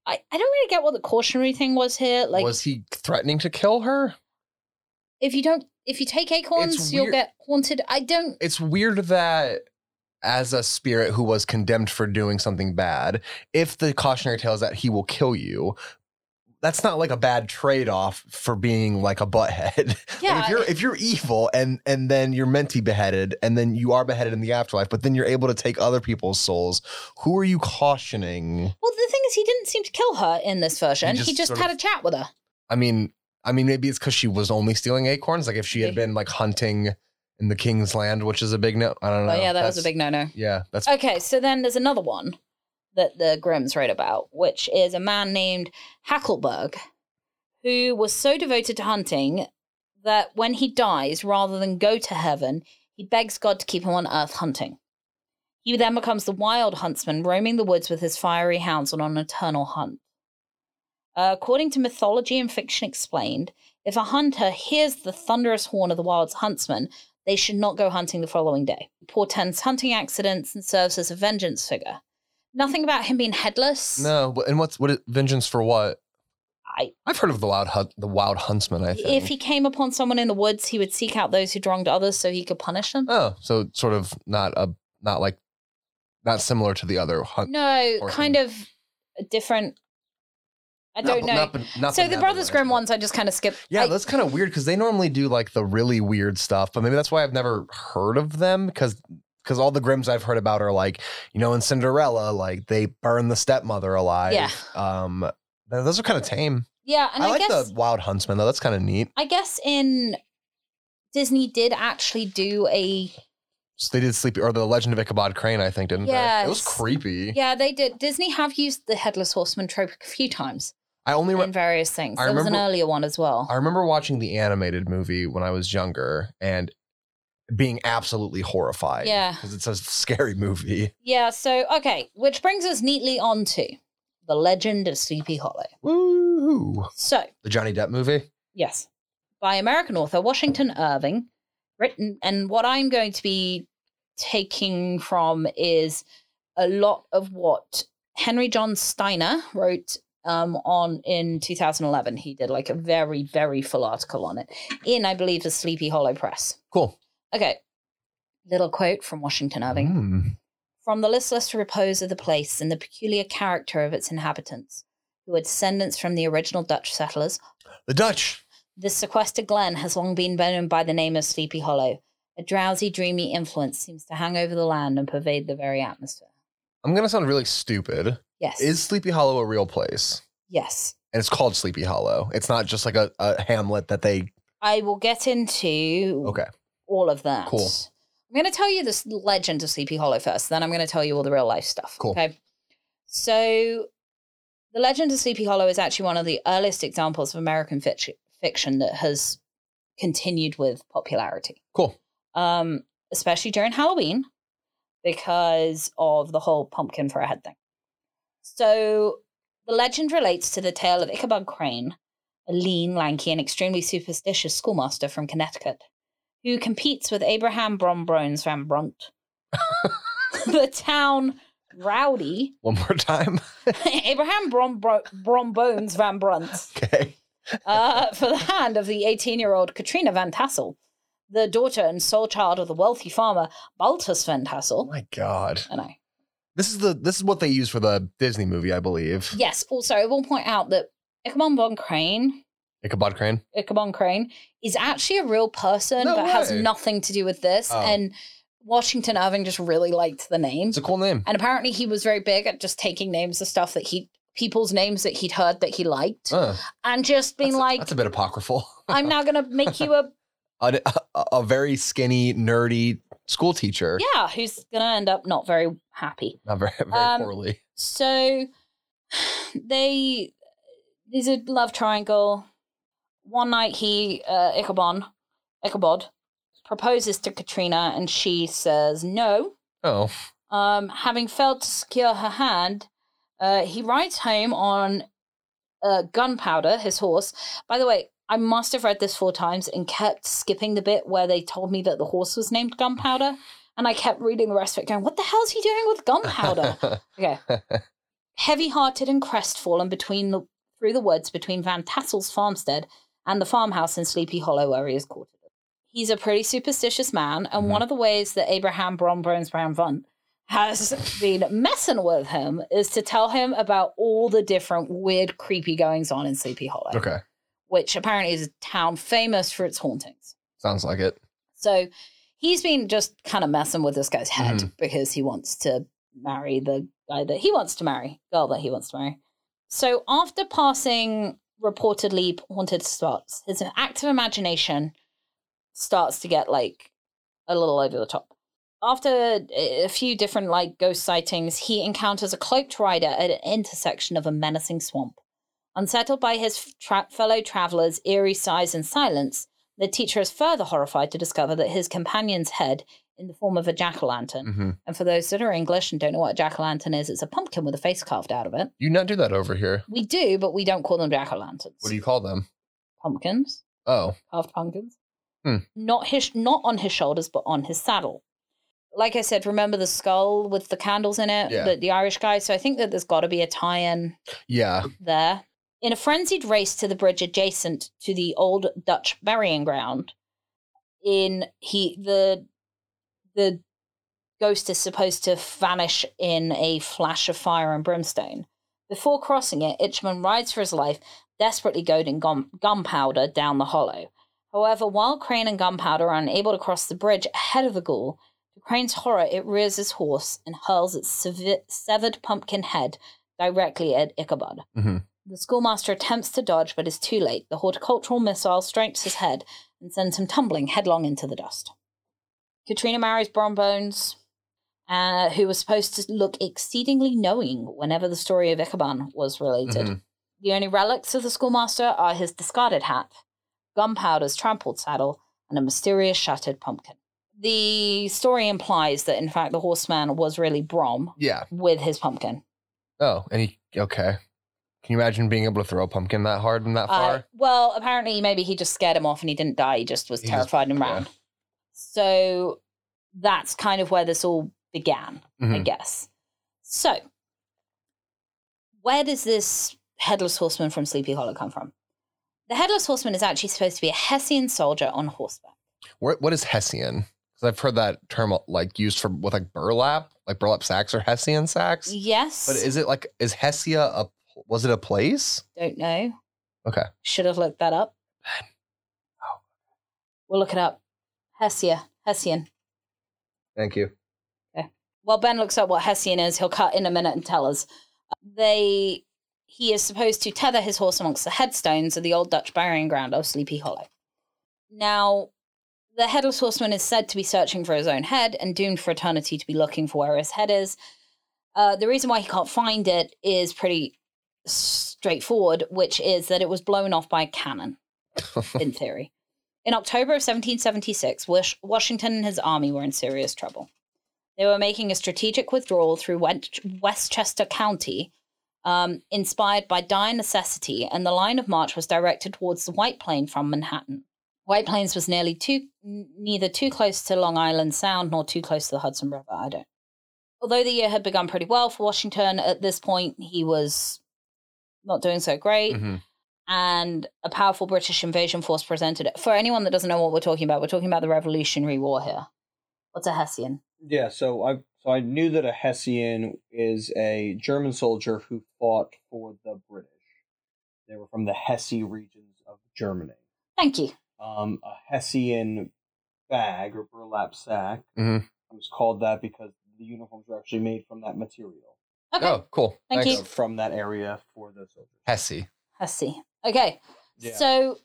I, I don't really get what the cautionary thing was here. Like, was he threatening to kill her? if you don't, if you take acorns, It's you'll weird- get haunted. I don't. It's weird that as a spirit who was condemned for doing something bad, if the cautionary tale is that he will kill you, that's not like a bad trade-off for being like a butthead. like Yeah, if you're if you're evil and and then you're meant to be beheaded and then you are beheaded in the afterlife, but then you're able to take other people's souls, who are you cautioning? Well, the thing is, he didn't seem to kill her in this version. He just, just sort had of- a chat with her. I mean, I mean, maybe it's because she was only stealing acorns. Like if she had Maybe. been like hunting in the king's land, which is a big no. I don't know. Oh, yeah, that was a That's- big no no. Yeah, that's Okay, so then there's another one that the Grimms wrote about, which is a man named Hackelberg, who was so devoted to hunting that when he dies, rather than go to heaven, he begs God to keep him on earth hunting. He then becomes the wild huntsman, roaming the woods with his fiery hounds on an eternal hunt. Uh, according to mythology and fiction explained, if a hunter hears the thunderous horn of the wild huntsman, they should not go hunting the following day. He portends hunting accidents and serves as a vengeance figure. Nothing about him being headless. no. but- And what's what? Is, vengeance for what? I, I've heard of the loud hun- the wild huntsman. I think. if he came upon someone in the woods, he would seek out those who'd wronged others so he could punish them. oh, so sort of not a not like not similar to the other hunt. no, or kind of a different. I don't know. so the Brothers Grimm ones. ones, I just kind of skipped. Yeah, I- that's kind of weird because they normally do like the really weird stuff, but maybe that's why I've never heard of them because because all the Grims I've heard about are like you know in Cinderella, like they burn the stepmother alive. Yeah. Um, th- those are kind of tame. yeah, and I I, like guess the Wild Huntsman though. That's kind of neat. I guess in Disney did actually do a Eh. So they did Sleepy or the Legend of Ichabod Crane, I think, didn't they? It was Yes. creepy. yeah they did Disney have used the headless horseman trope a few times I only re- in various things. I there was an remember- earlier one as well. I remember watching the animated movie when I was younger and being absolutely horrified. Yeah. because it's a scary movie. Yeah, so okay, which brings us neatly on to the legend of Sleepy Hollow. Woo! So, The Johnny Depp movie. yes, by American author Washington Irving, written, and what I'm going to be taking from is a lot of what Henry John Steiner wrote um, on in 2011. He did like a very, very full article on it in, I believe, the Sleepy Hollow Press. Cool. Okay, little quote from Washington Irving. Mm. The Dutch. this sequestered glen has long been known by the name of Sleepy Hollow. A drowsy, dreamy influence seems to hang over the land and pervade the very atmosphere. I'm gonna sound really stupid. Yes. Is Sleepy Hollow a real place? yes. And it's called Sleepy Hollow. It's not just like a, a hamlet that they. I will get into Okay. all of that. Cool. I'm going to tell you this legend of Sleepy Hollow first, then I'm going to tell you all the real life stuff. Cool. Okay. So, the legend of Sleepy Hollow is actually one of the earliest examples of American fic- fiction that has continued with popularity. Cool. Um, especially during Halloween because of the whole pumpkin for a head thing. So, the legend relates to the tale of Ichabod Crane, a lean, lanky, and extremely superstitious schoolmaster from Connecticut who competes with Abraham Brombrones Van Brunt. the town rowdy, One more time. Abraham Brombro- Brombones Van Brunt, Okay. uh, for the hand of the 18 year old Katrina Van Tassel, the daughter and sole child of the wealthy farmer Baltus Van Oh Tassel. my God. I know. This is the this is what they use for the Disney movie, I believe. Yes, also, I will point out that Ichabod Von Crane. Ichabod Crane. Ichabod Crane is actually a real person, No but has way. nothing to do with this. Oh. And Washington Irving just really liked the name. It's a cool name. And apparently he was very big at just taking names of stuff that he people's names that he'd heard that he liked Uh, and just being that's, like, that's a bit apocryphal. I'm now gonna make you a A, a, a very skinny, nerdy school teacher. yeah, who's gonna end up not very happy. Not very, very Um, poorly. So they there's a love triangle. One night he uh Ichabod Ichabod proposes to Katrina and she says no. Oh, Um, having failed to secure her hand, uh, he rides home on uh, Gunpowder, his horse. By the way, I must have read this four times and kept skipping the bit where they told me that the horse was named Gunpowder. And I kept reading the rest of it going, What the hell's he doing with gunpowder? okay. Heavy hearted and crestfallen between the through the woods between Van Tassel's farmstead and the farmhouse in Sleepy Hollow where he is quartered. He's a pretty superstitious man, and Mhm. one of the ways that Abraham Brom Brones Brown Vunt has been messing with him is to tell him about all the different weird, creepy goings on in Sleepy Hollow okay. which apparently is a town famous for its hauntings. Sounds like it. So he's been just kind of messing with this guy's head because he wants to marry the guy that he wants to marry, girl that he wants to marry. So after passing reportedly haunted spots, his active imagination starts to get like a little over the top. After a a few different like ghost sightings, he encounters a cloaked rider at an intersection of a menacing swamp. Unsettled by his tra- fellow traveler's eerie sighs and silence, the teacher is further horrified to discover that his companion's head, in the form of a jack o' lantern, Mm-hmm. and for those that are English and don't know what a jack o' lantern is, it's a pumpkin with a face carved out of it. You not do that over here. We do, but we don't call them jack o' lanterns. What do you call them? Pumpkins Oh, carved pumpkins. Hmm. Not his, not on his shoulders, but on his saddle. Like I said, remember the skull with the candles in it, Yeah. the, the Irish guy. So I think that there's got to be a tie-in yeah. there. In a frenzied race to the bridge adjacent to the old Dutch burying ground, in he the the ghost is supposed to vanish in a flash of fire and brimstone. Before crossing it, Itchman rides for his life, desperately goading gun- gunpowder down the hollow. However, while Crane and Gunpowder are unable to cross the bridge ahead of the ghoul, to Crane's horror, it rears his horse and hurls its sever- severed pumpkin head directly at Ichabod. Mhm. The schoolmaster attempts to dodge, but is too late. The horticultural missile strikes his head and sends him tumbling headlong into the dust. Katrina marries Brombones, uh, who was supposed to look exceedingly knowing whenever the story of Ichabod was related. Mhm. The only relics of the schoolmaster are his discarded hat, gunpowder's trampled saddle, and a mysterious shattered pumpkin. The story implies that, in fact, the horseman was really Brom Yeah. with his pumpkin. Oh, and he, okay. Can you imagine being able to throw a pumpkin that hard and that far? Uh, well, apparently, maybe he just scared him off and he didn't die. He just was He just- terrified and ran. So that's kind of where this all began. I Mhm. guess. So, where does this headless horseman from Sleepy Hollow come from? The headless horseman is actually supposed to be a Hessian soldier on horseback. What, what is Hessian? Because I've heard that term like used for with like burlap, like burlap sacks or Hessian sacks. Yes, But is it like is Hessia a was it a place? don't know. Okay. should have looked that up. Oh. We'll look it up. Hessia, Hessian. Thank you. Well, Ben looks up what Hessian is. He'll cut in a minute and tell us. They, he is supposed to tether his horse amongst the headstones of the old Dutch burying ground of Sleepy Hollow. Now, the headless horseman is said to be searching for his own head and doomed for eternity to be looking for where his head is. Uh, the reason why he can't find it is pretty straightforward, which is that it was blown off by a cannon in theory. In October of 1776, Wash- Washington and his army were in serious trouble. They were making a strategic withdrawal through Wen- Westchester County, um, inspired by dire necessity, and the line of march was directed towards the White Plain from Manhattan. White Plains was nearly too, n- neither too close to Long Island Sound nor too close to the Hudson River. I don't. Although the year had begun pretty well for Washington, at this point he was not doing so great Mhm. and a powerful British invasion force presented it. For anyone that doesn't know what we're talking about, we're talking about the Revolutionary War here. What's a Hessian? Yeah, so I so I knew that a Hessian is a German soldier who fought for the British. They were from the Hesse regions of Germany. Thank you. Um, a Hessian bag or burlap sack. Mhm. It was called that because the uniforms were actually made from that material, Okay, Oh, cool. Thank Thanks. you. from that area for the soldiers. Hessie. Hessie. Okay, Yeah. so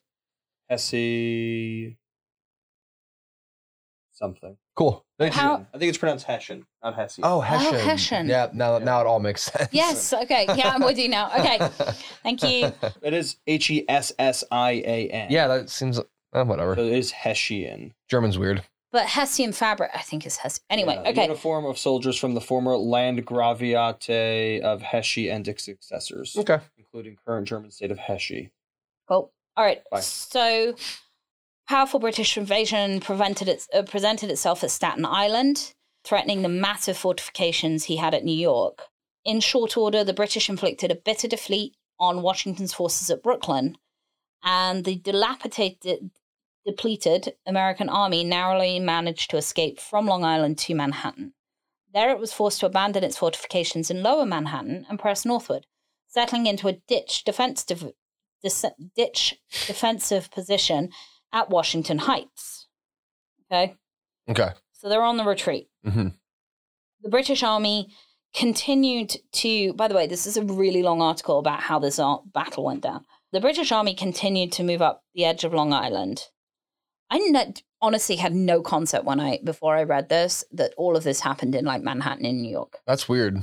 Hesse something. Cool. Hessian. How- I think it's pronounced Hessian, not Hessian. Oh, Hessian. Hessian. Yeah, now Yeah. now it all makes sense. yes, okay, yeah, I'm with you now. Okay, thank you. It is H E S S I A N. yeah, that seems uh, whatever. So it is Hessian. German's weird. But Hessian fabric, I think is Hessian. Anyway, Yeah, okay. Uniform of soldiers from the former Landgraviate of Hesse and its successors, Okay. including current German state of Hesse. Cool. All right. Bye. So, powerful British invasion prevented its, uh, presented itself at Staten Island, threatening the massive fortifications he had at New York. In short order, the British inflicted a bitter defeat on Washington's forces at Brooklyn, and the dilapidated, depleted American army narrowly managed to escape from Long Island to Manhattan. There, it was forced to abandon its fortifications in lower Manhattan and press northward, settling into a ditch defense div- dis- ditch defensive position at Washington Heights. Okay, Okay. so they're on the retreat. Mm-hmm. The British Army continued to, by the way, this is a really long article about how this ar- battle went down. The British Army continued to move up the edge of Long Island. I n- honestly had no concept when I, before I read this, that all of this happened in like Manhattan in New York. That's weird.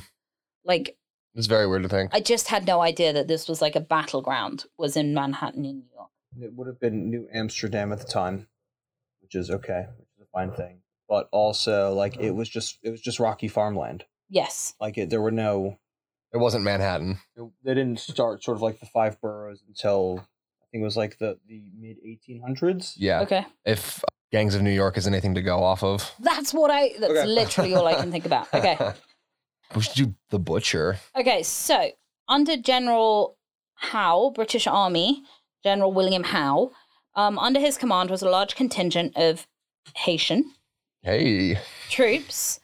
Like, It's very weird to think. I just had no idea that this was like a battleground, was in Manhattan in New York. It would have been New Amsterdam at the time, which is okay, which is a fine thing. But also, like it was just it was just rocky farmland. Yes. Like it, there were no It wasn't Manhattan. they didn't start sort of like the five boroughs until I think it was like the the mid 1800s. Yeah. Okay. If Gangs of New York is anything to go off of. That's what I. That's Okay. literally all I can think about. Okay. we should do The Butcher. Okay. So under General Howe, British Army General William Howe, um, under his command was a large contingent of Haitian Hey. troops.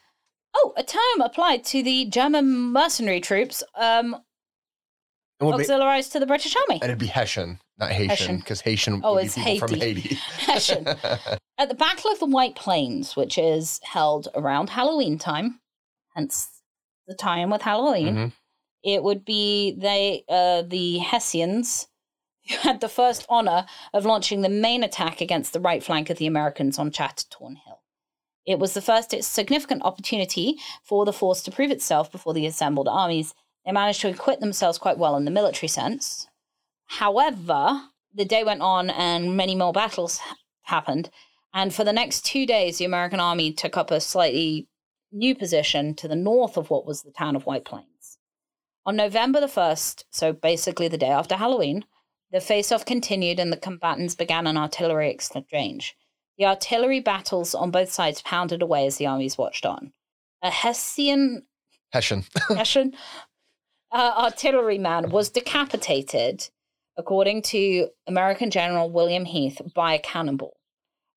Oh, a term applied to the German mercenary troops um, It would be, auxiliarized to the British Army. and it'd be Hessian, not Haitian, Oh, Hessian. because Haitian Oh, would be it's people from Haiti. Hessian. At the Battle of the White Plains, which is held around Halloween time, hence the tie-in with Halloween. Mhm. it would be they uh, the Hessians who had the first honor of launching the main attack against the right flank of the Americans on Chatterton Hill. It was the first significant opportunity for the force to prove itself before the assembled armies. They managed to acquit themselves quite well in the military sense. However, the day went on and many more battles ha- happened. And for the next two days, the American army took up a slightly new position to the north of what was the town of White Plains. On November the 1st, so basically the day after Halloween, the face off continued and the combatants began an artillery exchange. The artillery battles on both sides pounded away as the armies watched on. A Hessian Hessian. Hessian uh, artilleryman was decapitated, according to American General William Heath, by a cannonball.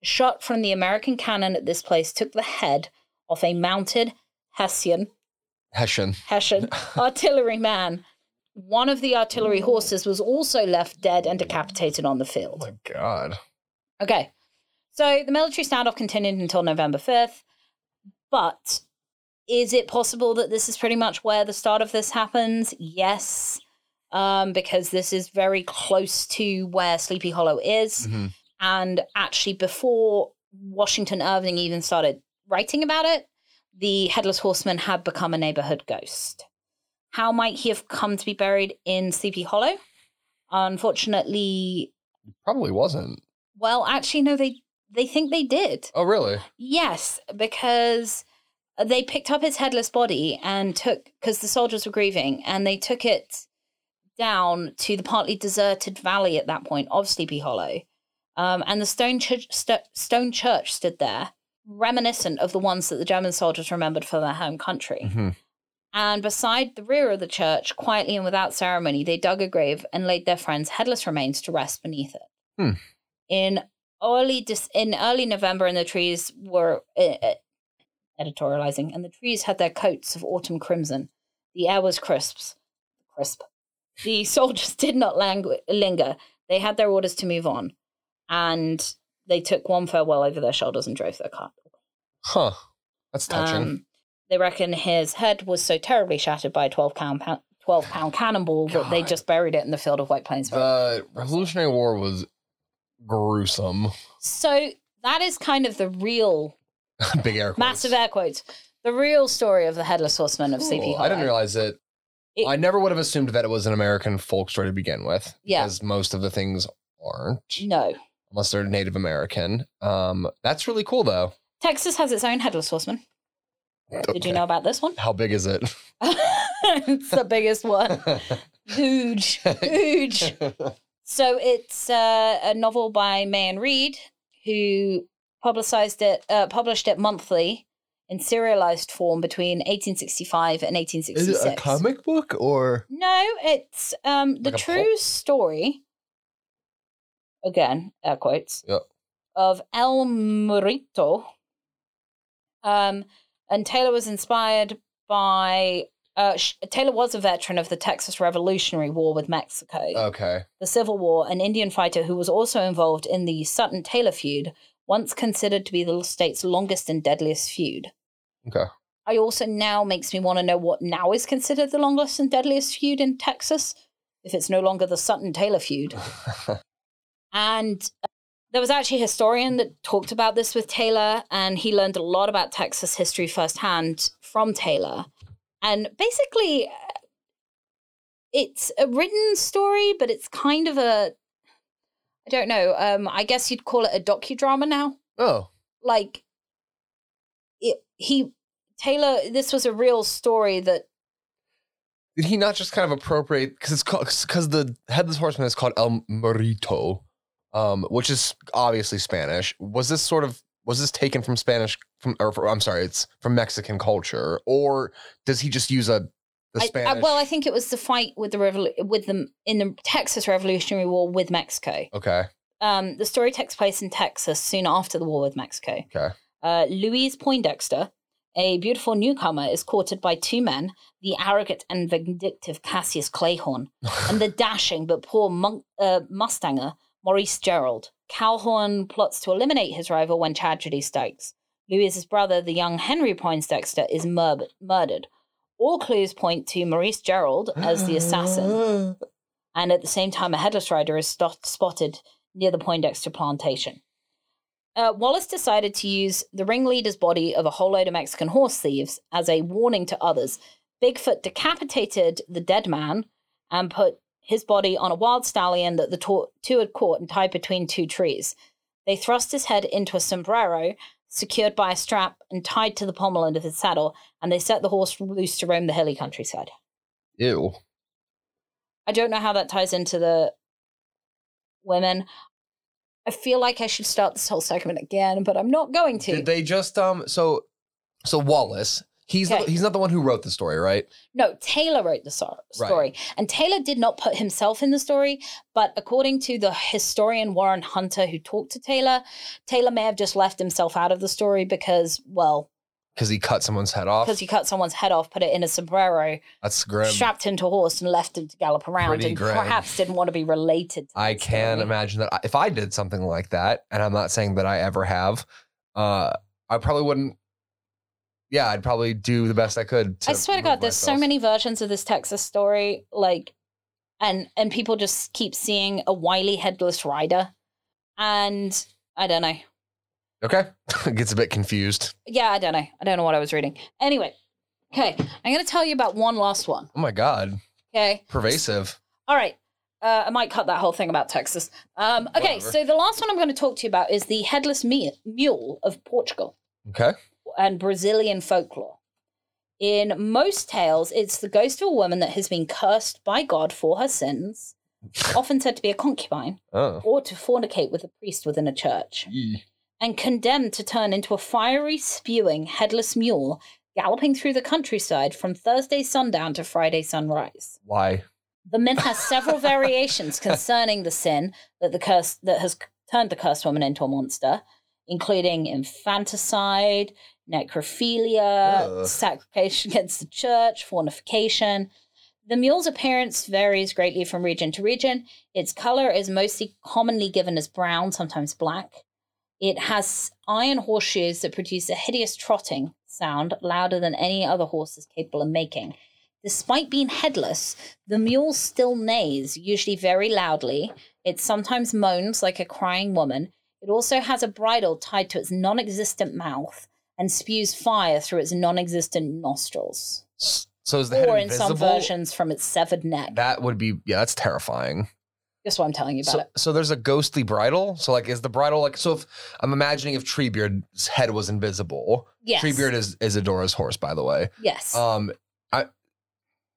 A shot from the American cannon at this place took the head off a mounted Hessian Hessian. Hessian artilleryman. One of the artillery horses was also left dead and decapitated on the Oh field. my God. Okay. So the military standoff continued until November 5th. But is it possible that this is pretty much where the start of this happens? Yes. Um, because this is very close to where Sleepy Hollow is. Mhm. And actually, before Washington Irving even started writing about it, the Headless Horseman had become a neighborhood ghost. How might he have come to be buried in Sleepy Hollow? Unfortunately, Probably wasn't. well, actually, no, they they think they did. Oh, really? Yes, because they picked up his headless body and took because the soldiers were grieving and they took it down to the partly deserted valley at that point of Sleepy Hollow, um, and the stone church, st- stone church stood there, reminiscent of the ones that the German soldiers remembered for their home country. Mm-hmm. And beside the rear of the church, quietly and without ceremony, they dug a grave and laid their friend's headless remains to rest beneath it. Hmm. In early dis- in early November, and the trees were uh, uh, editorializing, and the trees had their coats of autumn crimson. The air was crisps, crisp. The soldiers did not langu- linger. They had their orders to move on, and they took one farewell over their shoulders and drove their car. Huh. That's touching. Um, they reckon his head was so terribly shattered by a 12 pound, pound 12 pound cannonball that they God. just buried it in the field of White Plains. the Revolutionary War was gruesome. so that is kind of the real, Big air quotes. massive air quotes, the real story of the Headless Horseman of Cool. CP. I didn't realize it. It- I never would have assumed that it was an American folk story to begin with. Yeah. Because most of the things aren't, No. unless they're Native American. Um, that's really cool, though. Texas has its own headless horseman. Did Okay. you know about this one? How big is it? it's the biggest one. Huge, huge. So it's uh, a novel by Mayan Reed, who publicized it, uh, published it monthly in serialized form between 1865 and 1866. is it a comic book or? No, it's um the Like a true story. Again, air quotes. Yep. Of El Murito. Um, and Taylor was inspired by. Uh, sh- Taylor was a veteran of the Texas Revolutionary War with Mexico, Okay. the Civil War. An Indian fighter who was also involved in the Sutton Taylor feud, once considered to be the state's longest and deadliest feud. Okay. I also now makes me want to know what now is considered the longest and deadliest feud in Texas, if it's no longer the Sutton Taylor feud. And uh, there was actually a historian that talked about this with Taylor, and he learned a lot about Texas history firsthand from Taylor. And basically, uh, it's a written story, but it's kind of a I don't know. Um, I guess you'd call it a docudrama now oh. like it, he Taylor this was a real story that Did he not just kind of appropriate because it's called because the headless horseman is called El Morito, um, which is obviously Spanish. Was this sort of was this taken from Spanish from or from, I'm sorry, it's from Mexican culture, or does he just use a the I- I- Spanish? well I think it was the fight with the revol- with them in the Texas Revolutionary War with Mexico. okay, Um, the story takes place in Texas soon after the war with Mexico. Okay. Uh, Louise Poindexter, a beautiful newcomer, is courted by two men, the arrogant and vindictive Cassius Clayhorn, and the dashing but poor monk, uh, Mustanger, Maurice Gerald. Calhoun plots to eliminate his rival when tragedy strikes. Louise's brother, the young Henry Poindexter, is mur- murdered. All clues point to Maurice Gerald as the assassin and at the same time, a headless rider is stot- spotted near the Poindexter plantation. Uh, Wallace decided to use the ringleader's body of a whole load of Mexican horse thieves as a warning to others. Bigfoot decapitated the dead man and put his body on a wild stallion that the to- two had caught and tied between two trees. They thrust his head into a sombrero secured by a strap and tied to the pommel end of his saddle, and they set the horse loose to roam the hilly countryside. Ew. I don't know how that ties into the women. I feel like I should start this whole segment again, but I'm not going to. Did they just um? So so Wallace, he's not, Okay. he's not the one who wrote the story, right? no, Taylor wrote the so- Right. story, and Taylor did not put himself in the story. But according to the historian Warren Hunter, who talked to Taylor, Taylor may have just left himself out of the story because, well, Because he cut someone's head off. because he cut someone's head off, put it in a sombrero, That's grim. strapped him to a horse, and left him to gallop around, Pretty and grim. perhaps didn't want to be related. To I that can story. imagine that I- if I did something like that, and I'm not saying that I ever have, uh, I probably wouldn't. Yeah, I'd probably do the best I could. I swear to remove God, there's so myself. many versions of this Texas story, like, and and people just keep seeing a wily headless rider, and I don't know. Okay, It gets a bit confused. Yeah, I don't know. I don't know what I was reading. Anyway, okay, I'm gonna tell you about one last one. Oh my God, Okay, pervasive. all right. Uh, I might cut that whole thing about Texas. Um, okay, Whatever. so the last one I'm going to talk to you about is the headless me- mule of Portugal. Okay, and Brazilian folklore. In most tales, it's the ghost of a woman that has been cursed by God for her sins, often said to be a concubine, oh, or to fornicate with a priest within a church, Yee. and condemned to turn into a fiery, spewing, headless mule galloping through the countryside from Thursday sundown to Friday sunrise. why? The myth has several variations concerning the sin that the curse that has turned the cursed woman into a monster, including infanticide, necrophilia, Ugh. sacrifice against the church, fornication. The mule's appearance varies greatly from region to region. Its color is mostly commonly given as brown, sometimes black. It has iron horseshoes that produce a hideous trotting sound louder than any other horse is capable of making. Despite being headless, the mule still neighs, usually very loudly. It sometimes moans like a crying woman. It also has a bridle tied to its non existent mouth and spews fire through its non existent nostrils. S- So is the head Or in invisible? some versions from its severed neck. that would be yeah, that's terrifying. That's what I'm telling you about So, it. so there's a ghostly bridle. So like, is the bridle like? So if I'm imagining if Treebeard's head was invisible, Yes. Treebeard is is Adora's horse, by the way. Yes. Um, I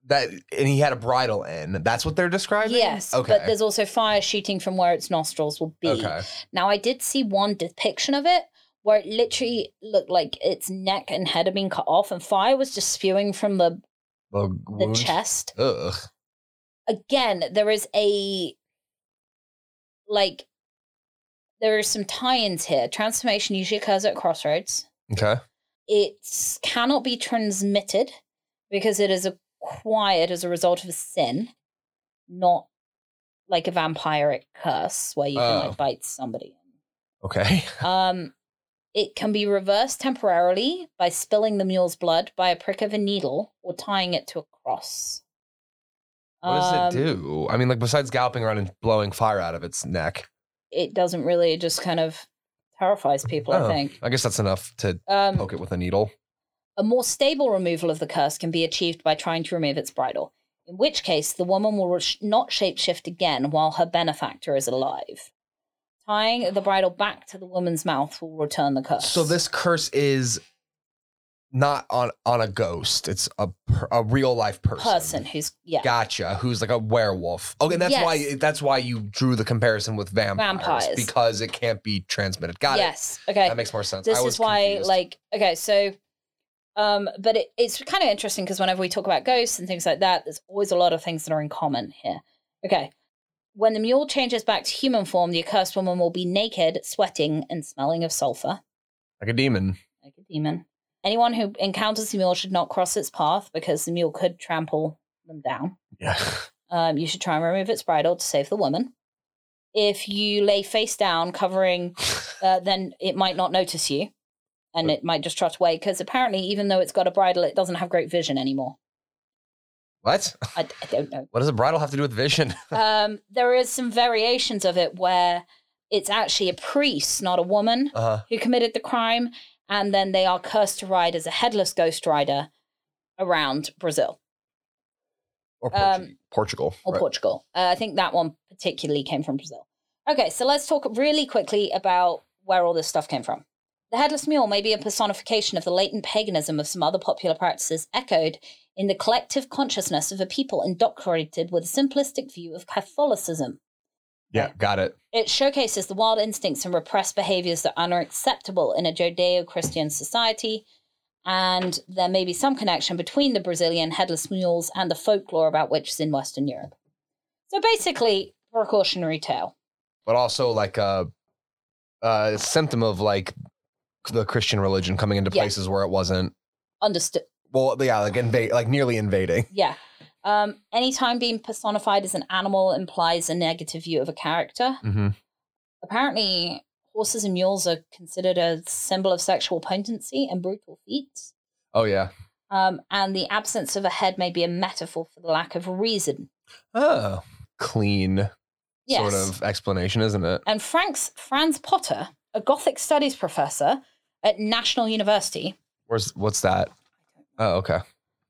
that and he had a bridle in. That's what they're describing. yes. Okay. But there's also fire shooting from where its nostrils will be. okay. Now, I did see one depiction of it where it literally looked like its neck and head had been cut off, and fire was just spewing from the, The, the wound. chest. Ugh. again, there is a like there are some tie-ins here. Transformation usually occurs at crossroads. Okay. It cannot be transmitted because it is acquired as a result of a sin, not like a vampiric curse where you can Oh. like bite somebody. Okay. Um, it can be reversed temporarily by spilling the mule's blood by a prick of a needle or tying it to a cross. What Um, does it do? I mean, like besides galloping around and blowing fire out of its neck. it doesn't really it just kind of terrifies people Oh. i think I guess that's enough to um, poke it with a needle. a more stable removal of the curse can be achieved by trying to remove its bridle in which case the woman will sh- not shapeshift again while her benefactor is alive tying the bridle back to the woman's mouth will return the curse So this curse is not on on a ghost. It's a per, a real life person. person who's yeah Gotcha. Who's like a werewolf? Okay, that's why Yes. that's why you drew the comparison with vampires, Vampires. because it can't be transmitted. Got it. yes okay That makes more sense. this I was is why confused. like okay so um but it, it's kind of interesting because whenever we talk about ghosts and things like that there's always a lot of things that are in common here okay when the mule changes back to human form the accursed woman will be naked sweating and smelling of sulfur like a demon. like a demon anyone who encounters the mule should not cross its path because the mule could trample them down Yeah. um, you should try and remove its bridle to save the woman. If you lay face down, covering, uh, then it might not notice you and it might just trot away because apparently, even though it's got a bridle, it doesn't have great vision anymore. What? I, I don't know. What does a bridle have to do with vision? Um, there is some variations of it where it's actually a priest, not a woman, Uh, who committed the crime, and then they are cursed to ride as a headless ghost rider around Brazil or Um, Portu- Portugal. or right. Portugal. Uh, I think that one particularly came from Brazil. Okay, so let's talk really quickly about where all this stuff came from. The headless mule may be a personification of the latent paganism of some other popular practices echoed in the collective consciousness of a people indoctrinated with a simplistic view of Catholicism. yeah, got it. It showcases the wild instincts and repressed behaviors that are unacceptable in a Judeo Christian society. And there may be some connection between the Brazilian headless mules and the folklore about witches in Western Europe. So basically, precautionary tale. But also like a, a symptom of like the Christian religion coming into Yeah. places where it wasn't. Understood. Well, yeah, like invade, like nearly invading. Yeah. Um, anytime being personified as an animal implies a negative view of a character. Mm-hmm. Apparently, horses and mules are considered a symbol of sexual potency and brutal feats. Oh yeah. Um, and the absence of a head may be a metaphor for the lack of reason. Oh, clean Yes. sort of explanation, isn't it? And Frank's Franz Potter, a Gothic studies professor at National University. Where's what's that? Oh, okay,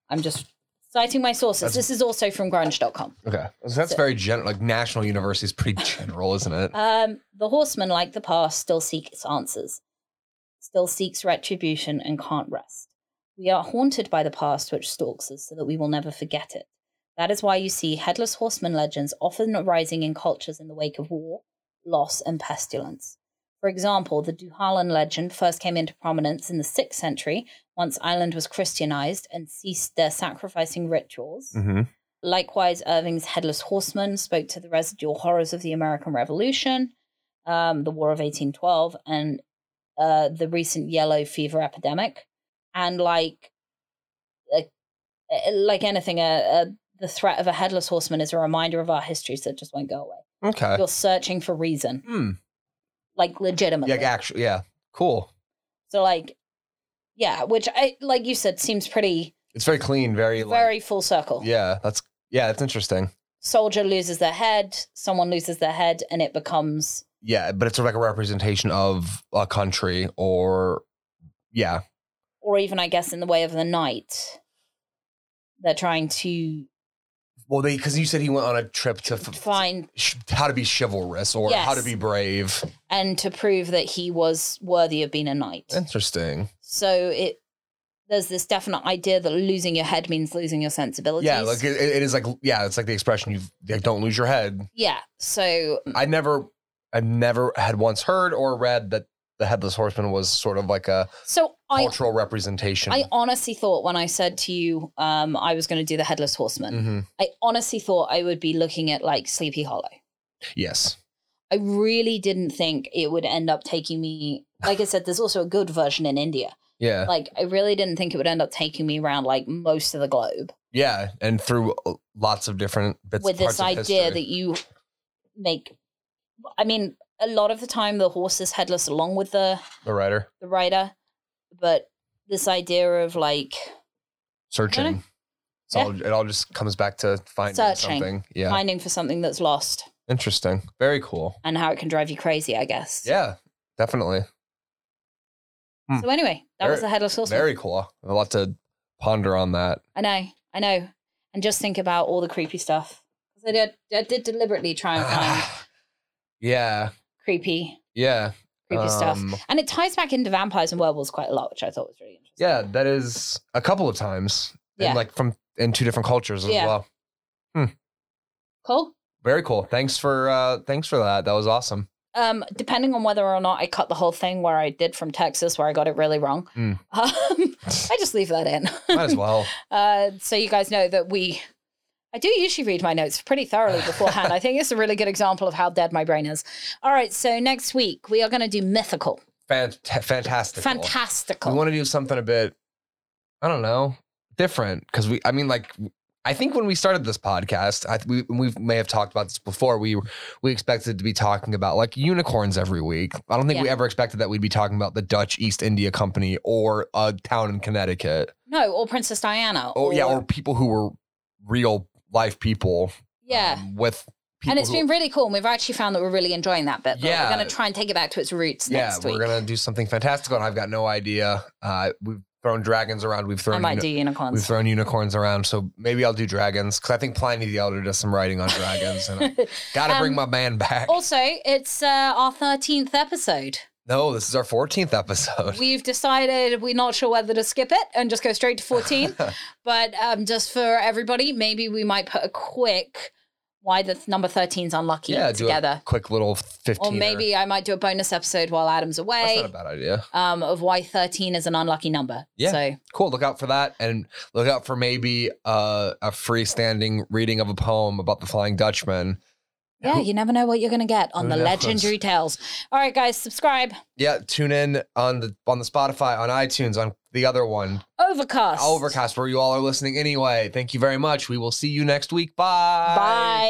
I'm just citing my sources. That's- this is also from grunge.com. okay. So that's So- very general. Like national university is pretty general, isn't it? Um, the horseman, like the past, still seeks answers, still seeks retribution, and can't rest. We are haunted by the past which stalks us so that we will never forget it. That is why you see headless horseman legends often arising in cultures in the wake of war, loss, and pestilence. For example, the Duhalan legend first came into prominence in the 6th century once Ireland was Christianized and ceased their sacrificing rituals. Mm-hmm. Likewise, Irving's Headless Horseman spoke to the residual horrors of the American Revolution, um, the War of 1812, and uh, the recent yellow fever epidemic. And like, uh, uh, like anything, uh, uh, the threat of a headless horseman is a reminder of our histories that just won't go away. Okay. You're searching for reason, Hmm. like legitimately. Yeah. Actually, yeah. Cool. So like, yeah, which I like you said seems pretty It's very clean. Very. very full circle. Like, yeah. That's yeah. That's interesting. Soldier loses their head, someone loses their head, and it becomes Yeah, but it's like a representation of a country or yeah. or even I guess in the way of the night, they're trying to Well, they because you said he went on a trip to f- find sh- how to be chivalrous or how to Yes. be brave. and to prove that he was worthy of being a knight. Interesting. So it there's this definite idea that losing your head means losing your sensibilities. Yeah, like it, it is like yeah, it's like the expression you like, don't lose your head. yeah. So I never, I never had once heard or read that the headless horseman was sort of like a so I cultural representation. I honestly thought when I said to you um I was going to do the headless horseman. hmm I honestly thought I would be looking at like Sleepy Hollow. Yes, I really didn't think it would end up taking me like I said there's also a good version in India. yeah, Like I really didn't think it would end up taking me around like most of the globe. yeah, and through uh, lots of different bits with parts this of idea history. that you make i mean a lot of the time the horse is headless along with the the writer the rider but this idea of like searching. So Yeah. all- it all just comes back to finding Searching. something. Yeah, finding for something that's lost interesting. Very cool. and how it can drive you crazy i guess Yeah, definitely. Hmm. so anyway that was Very- the headless horseman Very cool. A lot to ponder on that. i know i know and just think about all the creepy stuff 'Cause I did, I did deliberately try and find yeah, creepy yeah. creepy stuff Um, and it ties back into vampires and werewolves quite a lot which i thought was really interesting Yeah, that is a couple of times. Yeah. And like from in two different cultures as Yeah. well. cool Very cool. Thanks for uh thanks for that. That was awesome. um, depending on whether or not I cut the whole thing where I did from Texas, where I got it really wrong, Mm. um, I just leave that in. Might as well. uh, so you guys know that we, I do usually read my notes pretty thoroughly beforehand. I think it's a really good example of how dead my brain is. All right, so next week we are going to do mythical, Fant- fantastic. fantastical. We want to do something a bit I don't know, different cuz we I mean like I think when we started this podcast, I, we we may have talked about this before. We we expected to be talking about like unicorns every week. I don't think we Yeah. ever expected that we'd be talking about the Dutch East India Company or a town in Connecticut. no, or Princess Diana. Oh yeah, or people who were real life people. yeah. um, with people and it's who- been really cool, and we've actually found that we're really enjoying that bit. But Yeah. we're going to try and take it back to its roots yeah. next We're week. gonna do something fantastical, and I've got no idea. Uh, we've thrown dragons around. We've I thrown might uni- do we've unicorns. thrown unicorns around. So maybe I'll do dragons because I think Pliny the Elder does some writing on dragons, and I gotta bring Um, my man back. Also, it's uh, our 13th episode. no, this is our fourteenth episode. We've decided we're not sure whether to skip it and just go straight to 14. but um, just for everybody, maybe we might put a quick why the th- number 13's unlucky yeah, do together. a quick little fifteen. Or maybe I might do a bonus episode while Adam's that's away not a bad idea. um, of why 13 is an unlucky number. Yeah. So, Cool. Look out for that, and look out for maybe uh, a freestanding reading of a poem about the Flying Dutchman. yeah, you never know what you're going to get on Who the knows? legendary tales. All right, guys, subscribe. Yeah, tune in on the on the Spotify, on iTunes, on the other one, Overcast. Overcast, where you all are listening anyway. Thank you very much. We will see you next week. Bye. Bye.